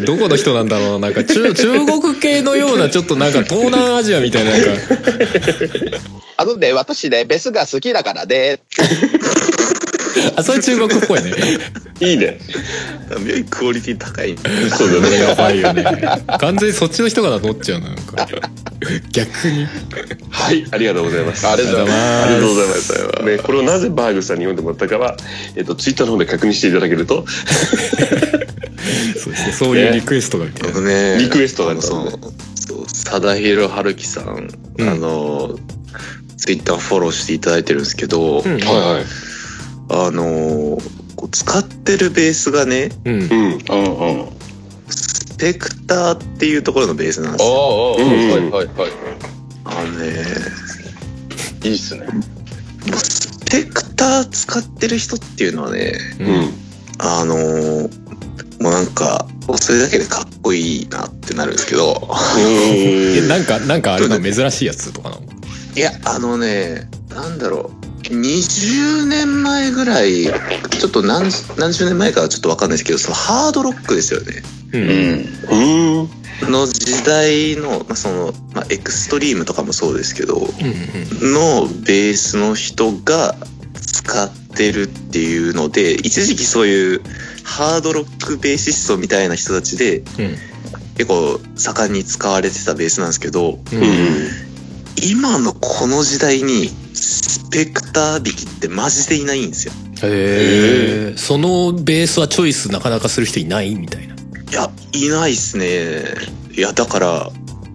どこの人なんだろうななんか [laughs] 中中国系のようなちょっとなんか東南アジアみたいななんかあのね、私ね、ベスが好きだからね。あそれ中国っぽいねいいね妙にクオリティ高いそうだね。やばいよね [laughs] 完全にそっちの人が乗っちゃうななんか逆にはい、ありがとうございます。ありがとうございますありがとうございます。ね、これをなぜバーグさんに読んでもらったかは、えっと、ツイッターの方で確認していただけると、そうですねそういうリクエストがみたいな、[laughs] ねリクエストがあったそのうでそう貞弘春樹さん、うんあのツイッターフォローしていただいてるんですけど、うんはいはい。あのこう使ってるベースがねうんうん。うんうんうん。あスペクターっていうところのベースなんですあ、よはいはいはい。あのねいいっすね。もうスペクター使ってる人っていうのはねうん。あのもうなんかそれだけでかっこいいなってなるんですけどえなんかなんかあれの珍しいやつとかなのいや、あのね、なんだろう。20年前ぐらい、ちょっと何何十年前かはちょっとわかんないですけど、そのハードロックですよね。うんうん。うん。うん。の時代の、まあ、その、まあ、エクストリームとかもそうですけど、うんのベースの人が使ってるっていうので、一時期そういうハードロックベーシストみたいな人たちで、うん結構盛んに使われてたベースなんですけど、うんううんん。今のこの時代にスペクター引きってマジでいないんですよへえそのベースはチョイスなかなかする人いないみたいないやいないっすねいやだから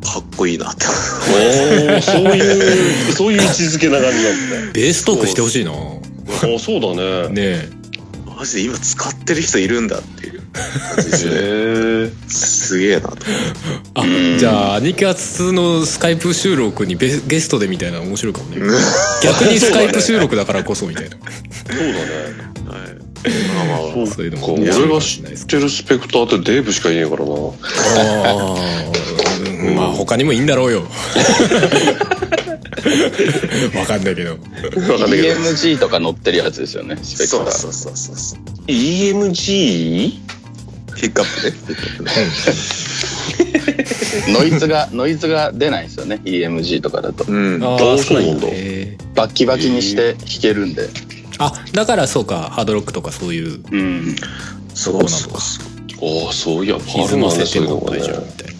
かっこいいなって [laughs] おお、そういう、そういう位置づけな感じなんだね。ベーストークしてほしいなあそうだね。ねマジで今使ってる人いるんだっていう感じですねへすげえなとあじゃあアニキャスのスカイプ収録にベゲストでみたいなの面白いかもね逆にスカイプ収録だからこそみたいなそうだね。まあまあまあ [laughs] そういうのこもう面白いか俺がも知しれないですっけてるスペクターってデーブしかいねえからな。どあーうんまあ他にもいいんだろう [laughs] よわかんないけどわかんないけど。 EMG とか乗ってるやつですよね、スペクタそー。うそうそうそうそう EMG? ピックアップねピックアップねノイズが、ノイズが出ないんですよね、EMG とかだと。うんああーあ、そうなんだ。えーバッキバキにして弾けるんで。あだからそうかハードロックとかそういううん。そうそうそうああ、そういや、パリズールムマをンね、設定そういうのの方ががね大。丈夫みたいな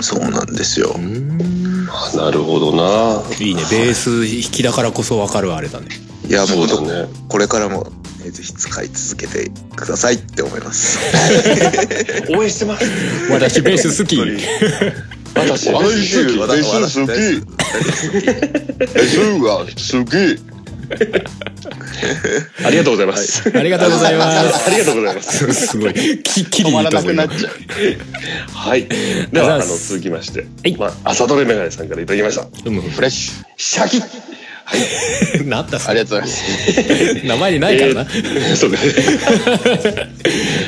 そうなんですよあなるほどな。いいねベース弾きだからこそわかるあれだねいやもうそうだねこれからもねぜひ使い続けてくださいって思います応援してます。私ベース [laughs] 好き私、あ私好き私好き。ベスが好き。ありがとうございます。ありがとうございます [laughs] ありがとうございます。すごいききり止にまいらたなぞく今なっちゃう。はい。では、あの、続きまして、まあ、朝どれメガネさんからいただきました。フレッシュ。シャキッうんなんだあそりれがとうございます。名前にないからな、えーそうね。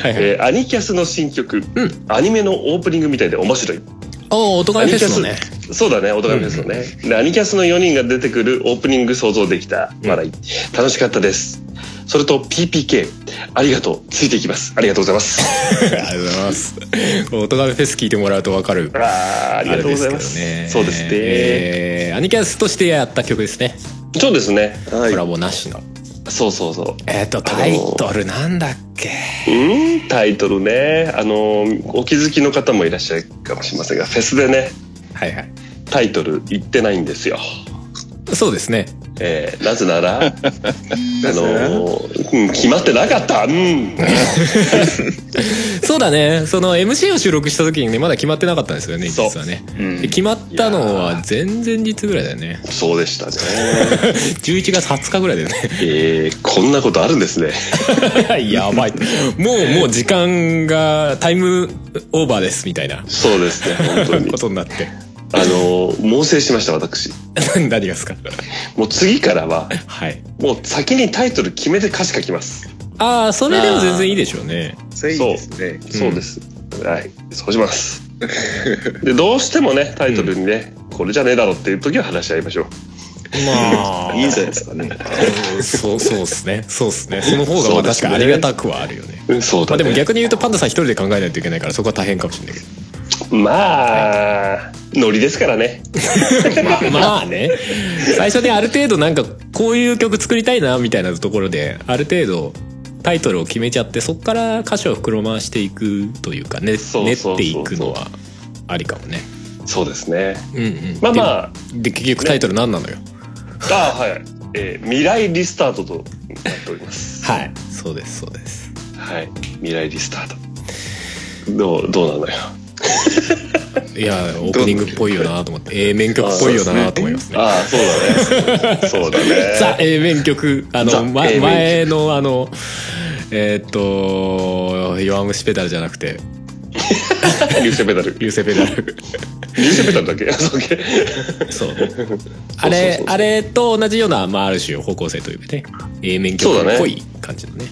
はいはいえーアニキャスの新曲、アニメのオープニングみたいで面白い。おお音がフェスのねそうだね、オトガメですよね、で、アニキャスの4人が出てくるオープニング想像できた笑い。楽しかったです。それと PPK、ありがとう。ついていきます。ありがとうございます。ありがとうございます音がフェス聞いてもらうとわかるあーあありがとうございます。れそうですね、えーアニキャスとしてやった曲ですね、そうですね。はいコラボなしのそうそうそう。えっ、とタイトルなんだっけうんタイトルねあのお気づきの方もいらっしゃるかもしれませんがフェスでねはいはいタイトル言ってないんですよ、そうですねえーなぜ [laughs] ならあの、うん決まってなかったうんそうだねその MC を収録した時にねまだ決まってなかったんですよねそう実はね、うんで決まったのは前々日ぐらいだよねそうでしたね、 11月20日ぐらいだよねえーこんなことあるんですねやばいもうもう時間がタイムオーバーですみたいなそうですね本当にことになって [laughs] あの猛省しました私何がですかもう次からははいもう先にタイトル決めて歌詞書きます、ああそれでも全然いいでしょうねそれいいですねそうですはいそうしますでどうしてもねタイトルにね、これじゃねえだろっていう時は話し合いましょうまあいいんじゃないですかねそうそうっすねそうっすねその方がまあ確かにありがたくはあるよねうんそうまだあ、でね。も逆に言うとパンダさん一人で考えないといけないからそこは大変かもしれないけどまあ、ノリですからね。まあ [laughs] まあね最初である程度なんかこういう曲作りたいなみたいなところである程度タイトルを決めちゃってそこから歌詞を膨らましていくというかねそう練そうっそうそうていくのはありかもね。そうですね。うんうん、まあまあ、でで結局タイトル何なのよ、あーはい。えー未来リスタートとなっております。はいそうですそうですはい。未来リスタート。どう、どうなのよ。いやオープニングっぽいよなと思って A 面曲っぽいよなと思いますねああ、そうだね。そうだね。 [laughs] ザ A 面曲あザの、ま A 面曲前のあのえーっと「弱虫ペダル」じゃなくて流星ペダル「流。星ペダル流星ペダルだっけそうだっけ」そう [laughs] あれそうそうそうあれと同じような、まあ、ある種方向性というかね A 面曲っぽい感じのね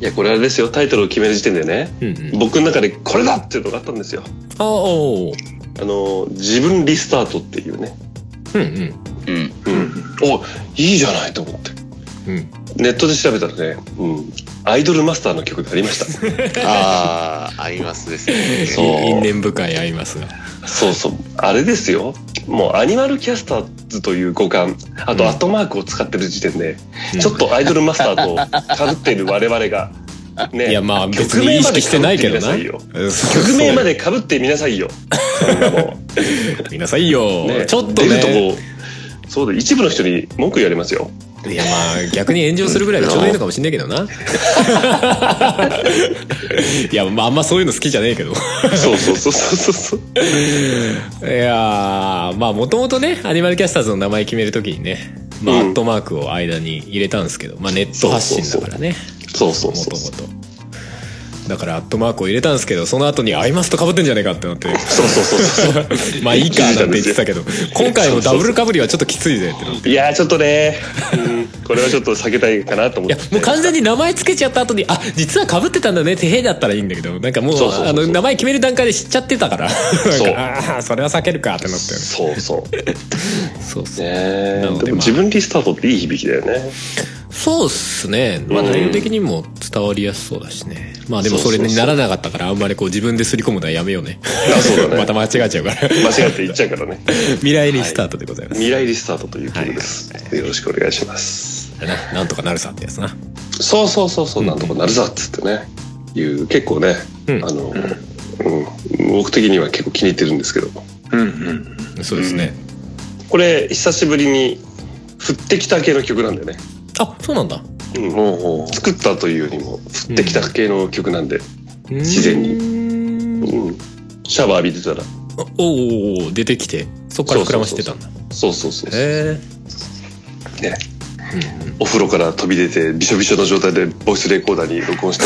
いや、これあれですよ。タイトルを決める時点でね、うんうん僕の中でこれだっていうのがあったんですよ。あおーあの、自分リスタートっていうね。うんうんうん。うん。お、いいじゃないと思って。うんネットで調べたらね、うん。アイドルマスターの曲でありました。 [laughs] ああ、ありますですね。そう因縁深い合いますがそうそう。あれですよ。もうアニマルキャスターズという五感、あとアットマークを使ってる時点で、ちょっとアイドルマスターと被っている我 [laughs] 々が、ね。いやまあ別曲に名意まで識してないけどな被ってみさいよ曲名まで被ってみなさいよ。そんなもん見なさい [laughs] よ、ねちょっと出るとねもうそうだ一部の人に文句言われますよいやまあ逆に炎上するぐらいがちょうどいいのかもしんないけど [laughs] ないやまああんまそういうの好きじゃねえけどいそうそうそうそうそうやーまあもともとねアニマルキャスターズの名前決めるときにねまあ、うんアットマークを間に入れたんですけど、まあ、ネット発信だからねそうそうもとそうもとだからアットマークを入れたんですけどその後に「アイマス」とかぶってんじゃねえかってな [laughs] ってそうそうそ [laughs] うそうまあいいかなんて言ってたけど今回もダブルかぶりはちょっときついぜってなっていやーちょっとね、うん、これはちょっと避けたいかなと思いってやもう完全に名前つけちゃった後にあ実はかぶってたんだねってへだったらいいんだけどなんかもうそうそうそうそうあの名前決める段階で知っちゃってたからう [laughs] なんかああそれは避けるかってなったよねそうそうねそうそうえなのででもまあ自分リスタートっていい響きだよ [laughs] ねそうっすねまあうん内容的にも伝わりやすそうだしねまあでもそそうそうれそうにならなかったからあんまりこう自分ですり込むのはやめようねあ [laughs] そうだねまた間違えちゃう [laughs] から間違って言っちゃうからね未来リスタートでございます、未来リスタートという曲です、よろしくお願いしますななんとかなるさってやつなそうそうそうそうなんとかなるぞっつってねいう結構ね、うんあの、うん、僕的には結構気に入ってるんですけどうんうん。そうですね、これ久しぶりに降ってきた系の曲なんだよね、あそうなんだうん、ほうほう。作ったというよりも降ってきた系の曲なんで、自然ににうんシャワー浴びてたらおおおお出てきてそこから膨らましてたんだそうそうそうそうへねお風呂から飛び出てびしょびしょの状態でボイスレコーダーに録音した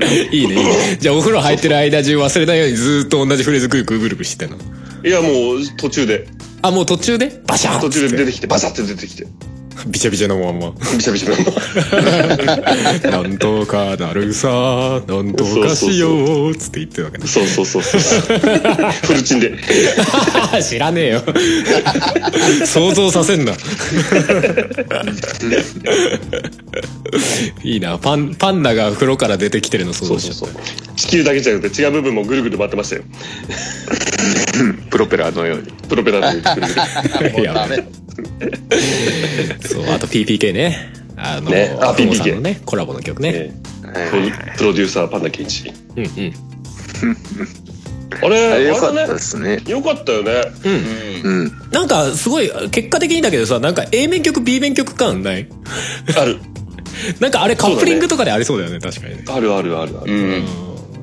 えいいねいい [laughs] ねじゃあお風呂入ってる間中忘れないようにずーっと同じフレーズグルグルグルグルしてたのいやもう途中であもう途中でバシャーン途中で出ててきてバサッて出てきてビチャビチャのまんまびしゃびしゃ「のなんとかなるさなんとかしよう」っつって言ってる [laughs] わけねそうそうそうそうフルチンで知らねえよ [laughs] 想像させ [laughs] んないいなパンパンダが風呂から出てきてるの想そ像うしそうちそゃっう地球だけじゃなくて違う部分もぐるぐる回ってましたよプロペラのように。プロペラでぐるぐるたやばダいメ。そうあと PPK ねあのねあトモさん PPK のねコラボの曲ね、えープロデューサーパンダケンチうんうんあれああれれ良かっただでねすね。よかったよねうん。なんかすごい結果的にだけどさなんか A 面曲 B 面曲感ないあるなんかあれカップリングとかでありそうだよね確かにねあるあるあるあうるん。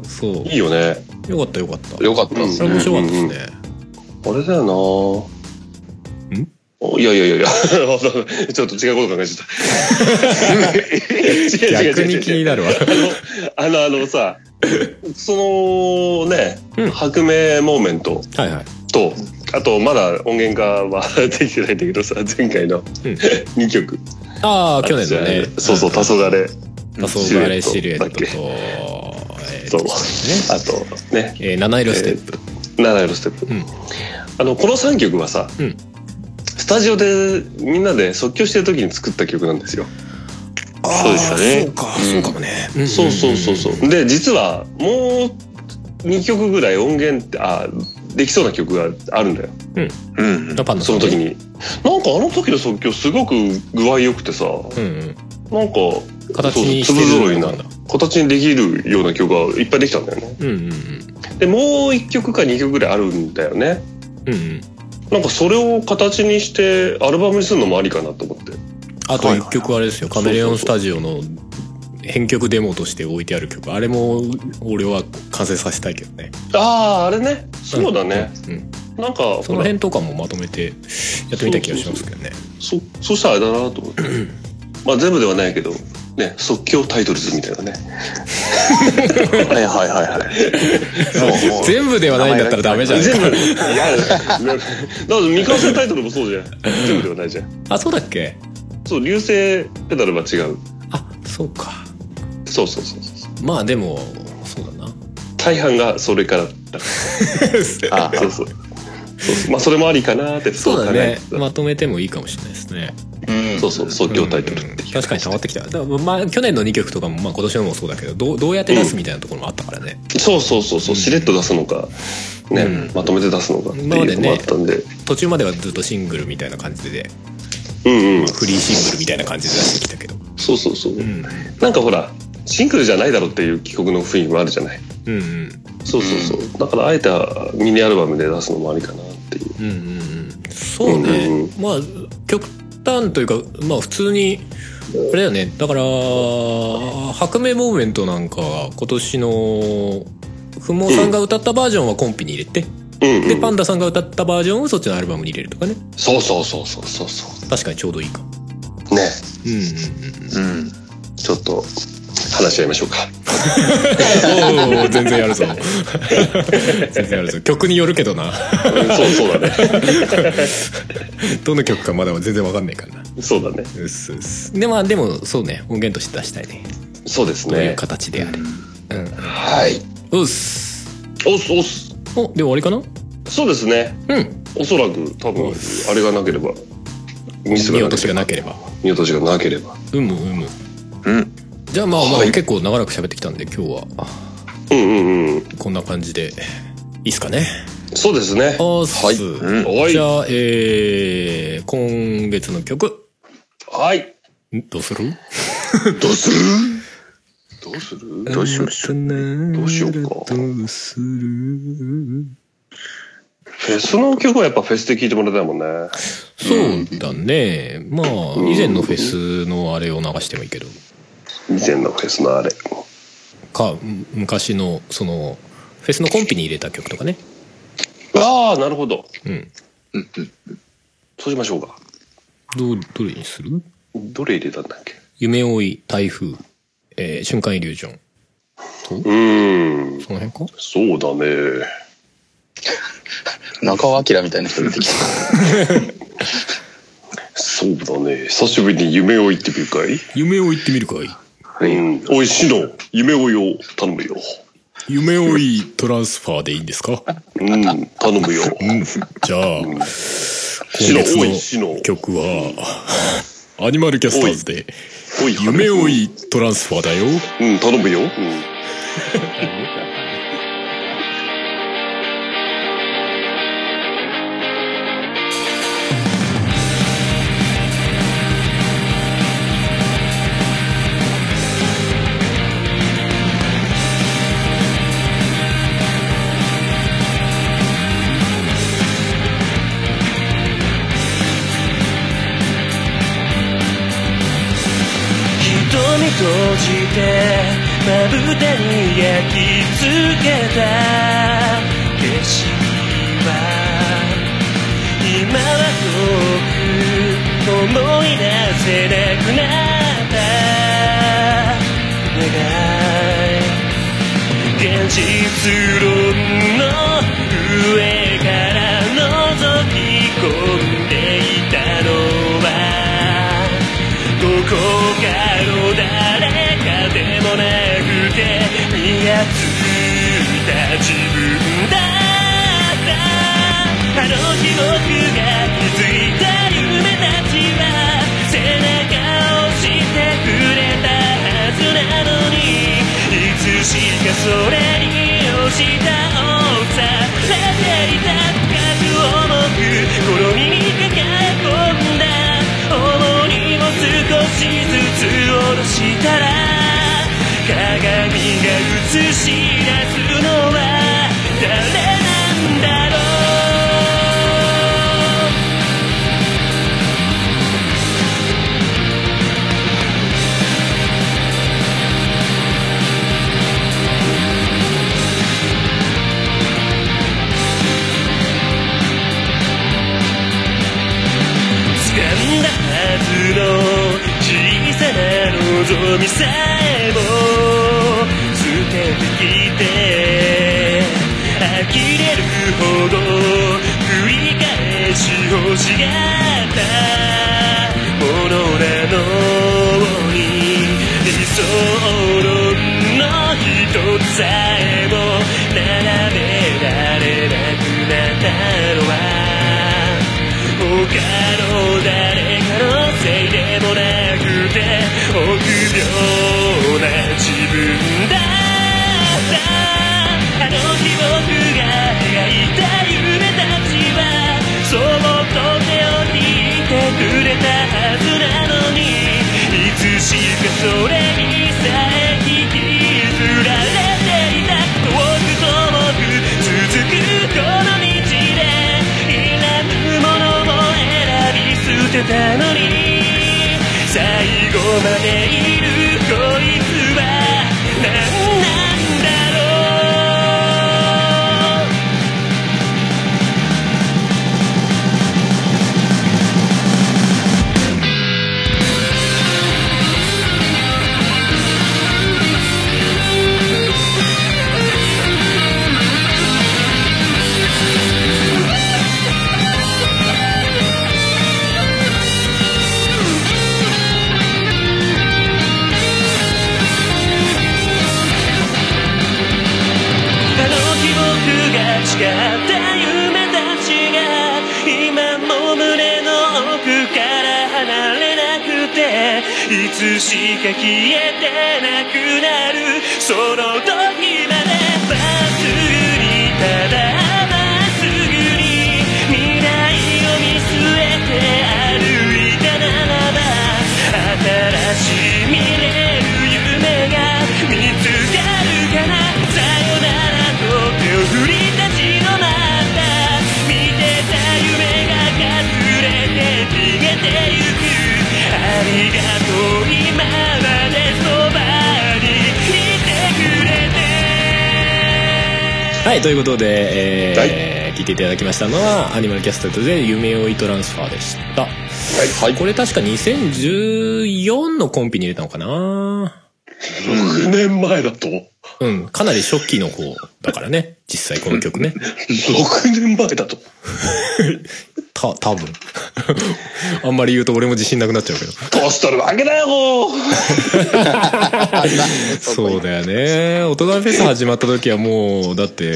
そういいよねよかったよかったよかったでそすれね。面白かったですねあれだよなんおいやいやいやい [laughs] やちょっと違うこと考えちゃ [laughs] った違う違う違う違う逆に気になるわ [laughs] あのあのあのさそのね、うん白明モーメントはいはいとあとまだ音源化は [laughs] できてないんだけどさ前回のうん2曲ああ去年のねそうそう「黄昏黄昏シシルルエエッットとトだっけえ」ーそうねあとねえー七色ステップ七色ステップ、んあのこの3曲はさ、うんスタジオでみんなで即興してる時に作った曲なんですよ、そうでしたねあーそうかそうかもねそうそうそうそうで実はもう2曲ぐらい音源ってあできそうな曲があるんだようんうん。パンのその時になんかあの時の即興すごく具合良くてさ、うんうんなんか形そうにし粒てる揃いなのかな形にできるような曲がいっぱいできたんだよねうんうんでもう1曲か2曲ぐらいあるんだよねうんうんうんなんかそれを形にしてアルバムにするのもありかなと思ってあと一曲あれですよ、はいはカいメレオンスタジオの編曲デモとして置いてある曲あれも俺は完成させたいけどねあああれねそうだね、、うんうんなんかほらその辺とかもまとめてやってみた気がしますけどねそそしたらあれだなと [clears throat] 思ってまあ全部ではないけどね即興タイトルズみたいなねはいはいはいはい。もうもう全部ではないんだったらダメじゃない全 [laughs] 部いや [laughs] だから未完成タイトルもそうじゃん全部ではないじゃんあそうだっけそう流星ペダルは違うあそうかそうそうそうそうまあでもそうだ [laughs] な大半がそれからだからあそうそうそうそうまあそれもありかなってそうだ考えねてたまとめてもいいかもしれないですねうんそうそう即興タイトルうっんていう確かに溜まってきただからまあ去年の2曲とかも、まあ、今年のもそうだけどどうどうやって出すみたいなところもあったからね、そうそうそうそうしれっと出すのかね、うんまとめて出すのかっていうのもあったんで、途中まではずっとシングルみたいな感じでうんうんフリーシングルみたいな感じで出してきたけどそうそうそう、うんなんかほらシングルじゃないだろうっていう帰国の雰囲気もあるじゃないうんうんそうそうそう、だからあえてミニアルバムで出すのもありかなっていううんうんうんそうね、うんまあ極端というかまあ普通にあれだよねだから白明モーメントなんかは今年の不毛さんが歌ったバージョンはコンピに入れて、うん、うん、でパンダさんが歌ったバージョンをそっちのアルバムに入れるとかねそうそうそうそうそうそ確かにちょうどいいかもうねうんうんうん。ちょっと話し合いましょううかんおー全然やるぞ [laughs] 全然やるぞ曲によるけどなうんそうそうだねどの曲かまだ全然わかんないからなそうだねうっすうっすでまあでもそうね音源として出したいねそうですどういうね形であれ、うはいん、うっすおっすおっすおで終わりかなそうですねうんおそらく多分あれがなければミス見落としがながなけけれればば見落としがなければうむうむうん。じゃあまあまあ、はい結構長らく喋ってきたんで今日はうんうんうんこんな感じでいいっすかねそうですねおっす、はいうんはいじゃあえー、今月の曲はいんどうするどうするどうするどうしましょう。うどうしようかどうするフェスの曲はやっぱフェスで聴いてもらいたいもんねそうだねまあ以前のフェスのあれを流してもいいけど以前のフェスのあれかむ昔のそのフェスのコンピに入れた曲とかねああなるほどうんそうしましょうかどうどれにするどれ入れたんだっけ夢追い台風、えー瞬間イリュージョンうーんこの辺かそうだね中尾明みたいな人出てきた。そうだね久しぶりに夢を言ってみるかい夢追いってみるかいうんおいしの夢をよ頼むよ夢追いトランスファーでいいんですかうん頼 [laughs] むようんじゃあ今シノおい月シノの曲はアニマルキャスターズでおい夢追いいトランスファーだようん頼むよ、うん瞳閉じてまぶたに焼き付けた景色は今は遠く思い出せなくなった願い現実論の上から覗き込んでいたのはどこかの誰かでもなくて見やついた自分だったあの日僕が気づいた夢たちは背中を押してくれたはずなのにいつしかそれに押したをされていた数重くこの身に抱え込んだ重荷を少しずつ下ろしたら映し出すのは誰なんだろう掴んだはずの小さな望みさえも捨ててきて呆れるほど繰り返し欲しがったものなのに理想論の一つさえも並べられなくなったのは他の誰かのせいでもなくて臆病な自分だったあの日僕が描いた夢たちはそっと手を引いてくれたはずなのにいつしかそれにさえ引きずられていた遠く遠く続くこの道でいらぬものを選び捨てたのに最後までいるこいつは何なんだろうあの日僕が誓った夢たちが今も胸の奥から離れなくていつしか消えてなくなるその時までまっすぐにただまっすぐに未来を見据えて歩いたならば新しい未来夢が見つかるかなさよならと手を振り立ち止まった見てた夢がかすれて逃げてゆくありがとう今までそばにいてくれてはいということで、えーはい聞いていただきましたのはアニマルキャストで「夢追いトランスファー」でした、はいこれ確か2014のコンピに入れたのかな6年前だと6うんかなり初期の方だからね実際この曲ね年前だとた多分 [laughs] あんまり言うと俺も自信なくなっちゃうけど年取るわけだよそうだよね大人フェス始まった時はもうだって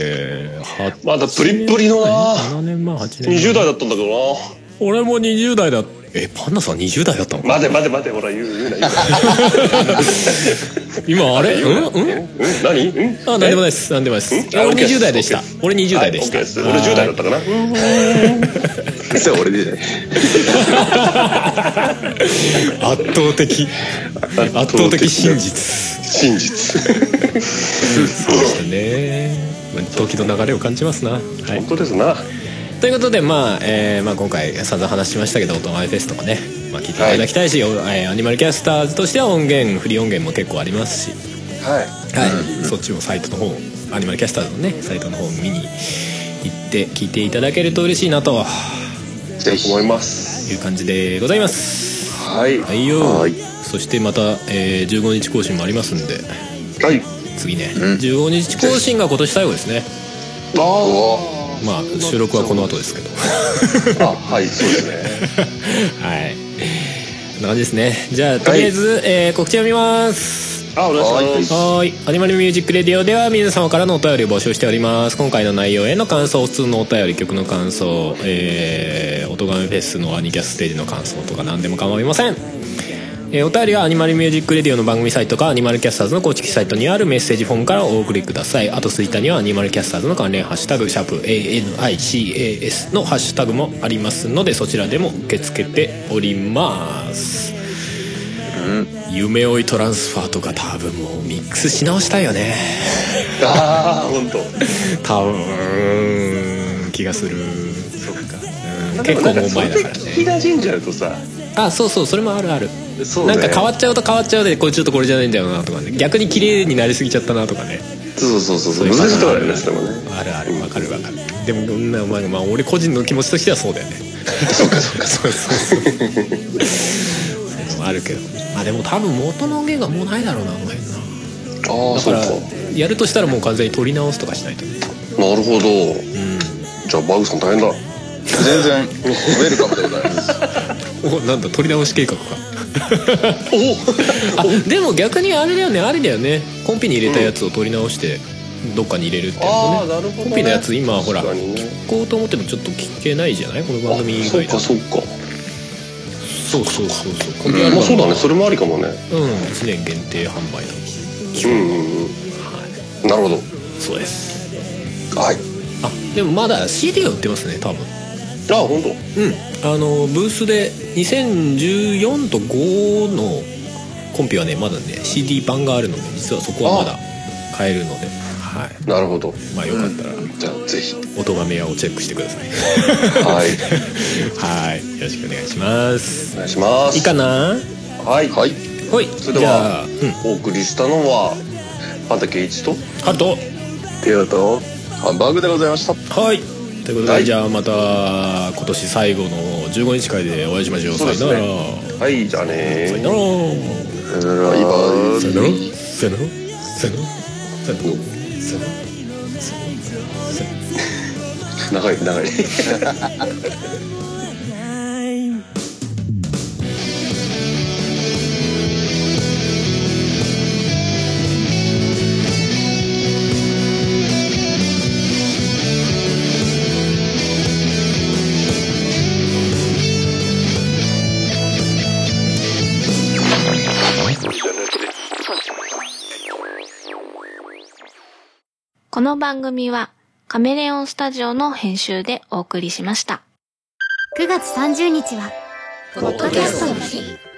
はまだプリップリのな7年前8年前20代だったんだけど俺も20代だえパンダさん20代だったのな待て待て待てほら言う言うな言うな今あれうんうんうん何うんあなんでもないですなんでもないですあ俺 OK です20代でした俺20代でしたはい OK す俺10代だったかなそれは俺 [laughs] でじゃない圧倒的圧倒的真実真実そうでしたねまあ時の流れを感じますな、はい、本当ですなということで、まあえーまあ、今回散々話しましたけど「オトガメフェス」とかね、まあ、聞いていただきたいし、おえーアニマルキャスターズとしては音源フリー音源も結構ありますし、はいそっちもサイトの方アニマルキャスターズのねサイトの方を見に行って聞いていただけると嬉しいなと思いますいう感じでございますはいはいよはいそしてまた、えー15日更新もありますんではい次ね、15日更新が今年最後ですねまあ収録はこの後ですけどあはいそうですね [laughs] はいこんな感じですねじゃあとりあえず、えー告知を見ますあお願いしますはーいアニマルミュージックレディオでは皆様からのお便りを募集しております今回の内容への感想普通のお便り曲の感想えー、音ガメフェスのアニキャスステージの感想とか何でも構いませんえーお便りはアニマルミュージックレディオの番組サイトかアニマルキャスターズの公式サイトにあるメッセージフォームからお送りくださいあとツイッターにはアニマルキャスターズの関連ハッシュタグシャープ ANICAS のハッシュタグもありますのでそちらでも受け付けております夢追いトランスファーとか多分もうミックスし直したいよねああ本当。多分気がするそっか、うん、結構もう前だからそれでね聞き出しんじゃうとさあそうそうそれもあるあるそうなねんか変わっちゃうと変わっちゃうでこれちょっとこれじゃないんだよなとかね逆に綺麗になりすぎちゃったなとかねそうそうそうそうい難うしいとこパろタだーよンあるあるねそれもねわかるわかるでもうんまあ、まあ、俺個人の気持ちとしてはそうだよねそうかそうかそう [laughs] そうそうあるけどまあでも多分元の音源がもうないだろうなあの辺なああだそからうかやるとしたらもう完全に取り直すとかしないとねなるほどじゃあバグさん大変だ全然、ウェルカムでござい [laughs] ます。おなんだ取り直し計 [laughs] 画かおあでも逆にあれだよねあれだよねコンピに入れたやつを取り直してどっかに入れるっていうのね、あーなるほどねコンピのやつ今ほら確かにね聞こうと思ってもちょっと聞けないじゃないこの番組以そう外だかとそうかそうそうそうそうコンピアルバムまあそうだねそれもありかもねうん1年限定販売だうんうんうんなるほどそうですはいあでもまだ CD は売ってますね多分ああ本当。うんあのブースで2014と5のコンピはねまだね CD 版があるので実はそこはまだ買えるのではいなるほどまあよかったらじゃあぜひ音がめ屋をチェックしてくださいはい [laughs] はいよろしくお願いしますお願いしますいいかなはいはいほいそれでじゃはあうんお送りしたのは畑一とハルトペアとハンバーグでございました。はいということで、はいじゃあまた今年最後の15日会でお会いしましょうそうですねさよならはいじゃあねさよならバイバイせのせのせのせのせの長い長いこの番組はカメレオンスタジオの編集でお送りしました。 9月30日は、ポッドキャストの日。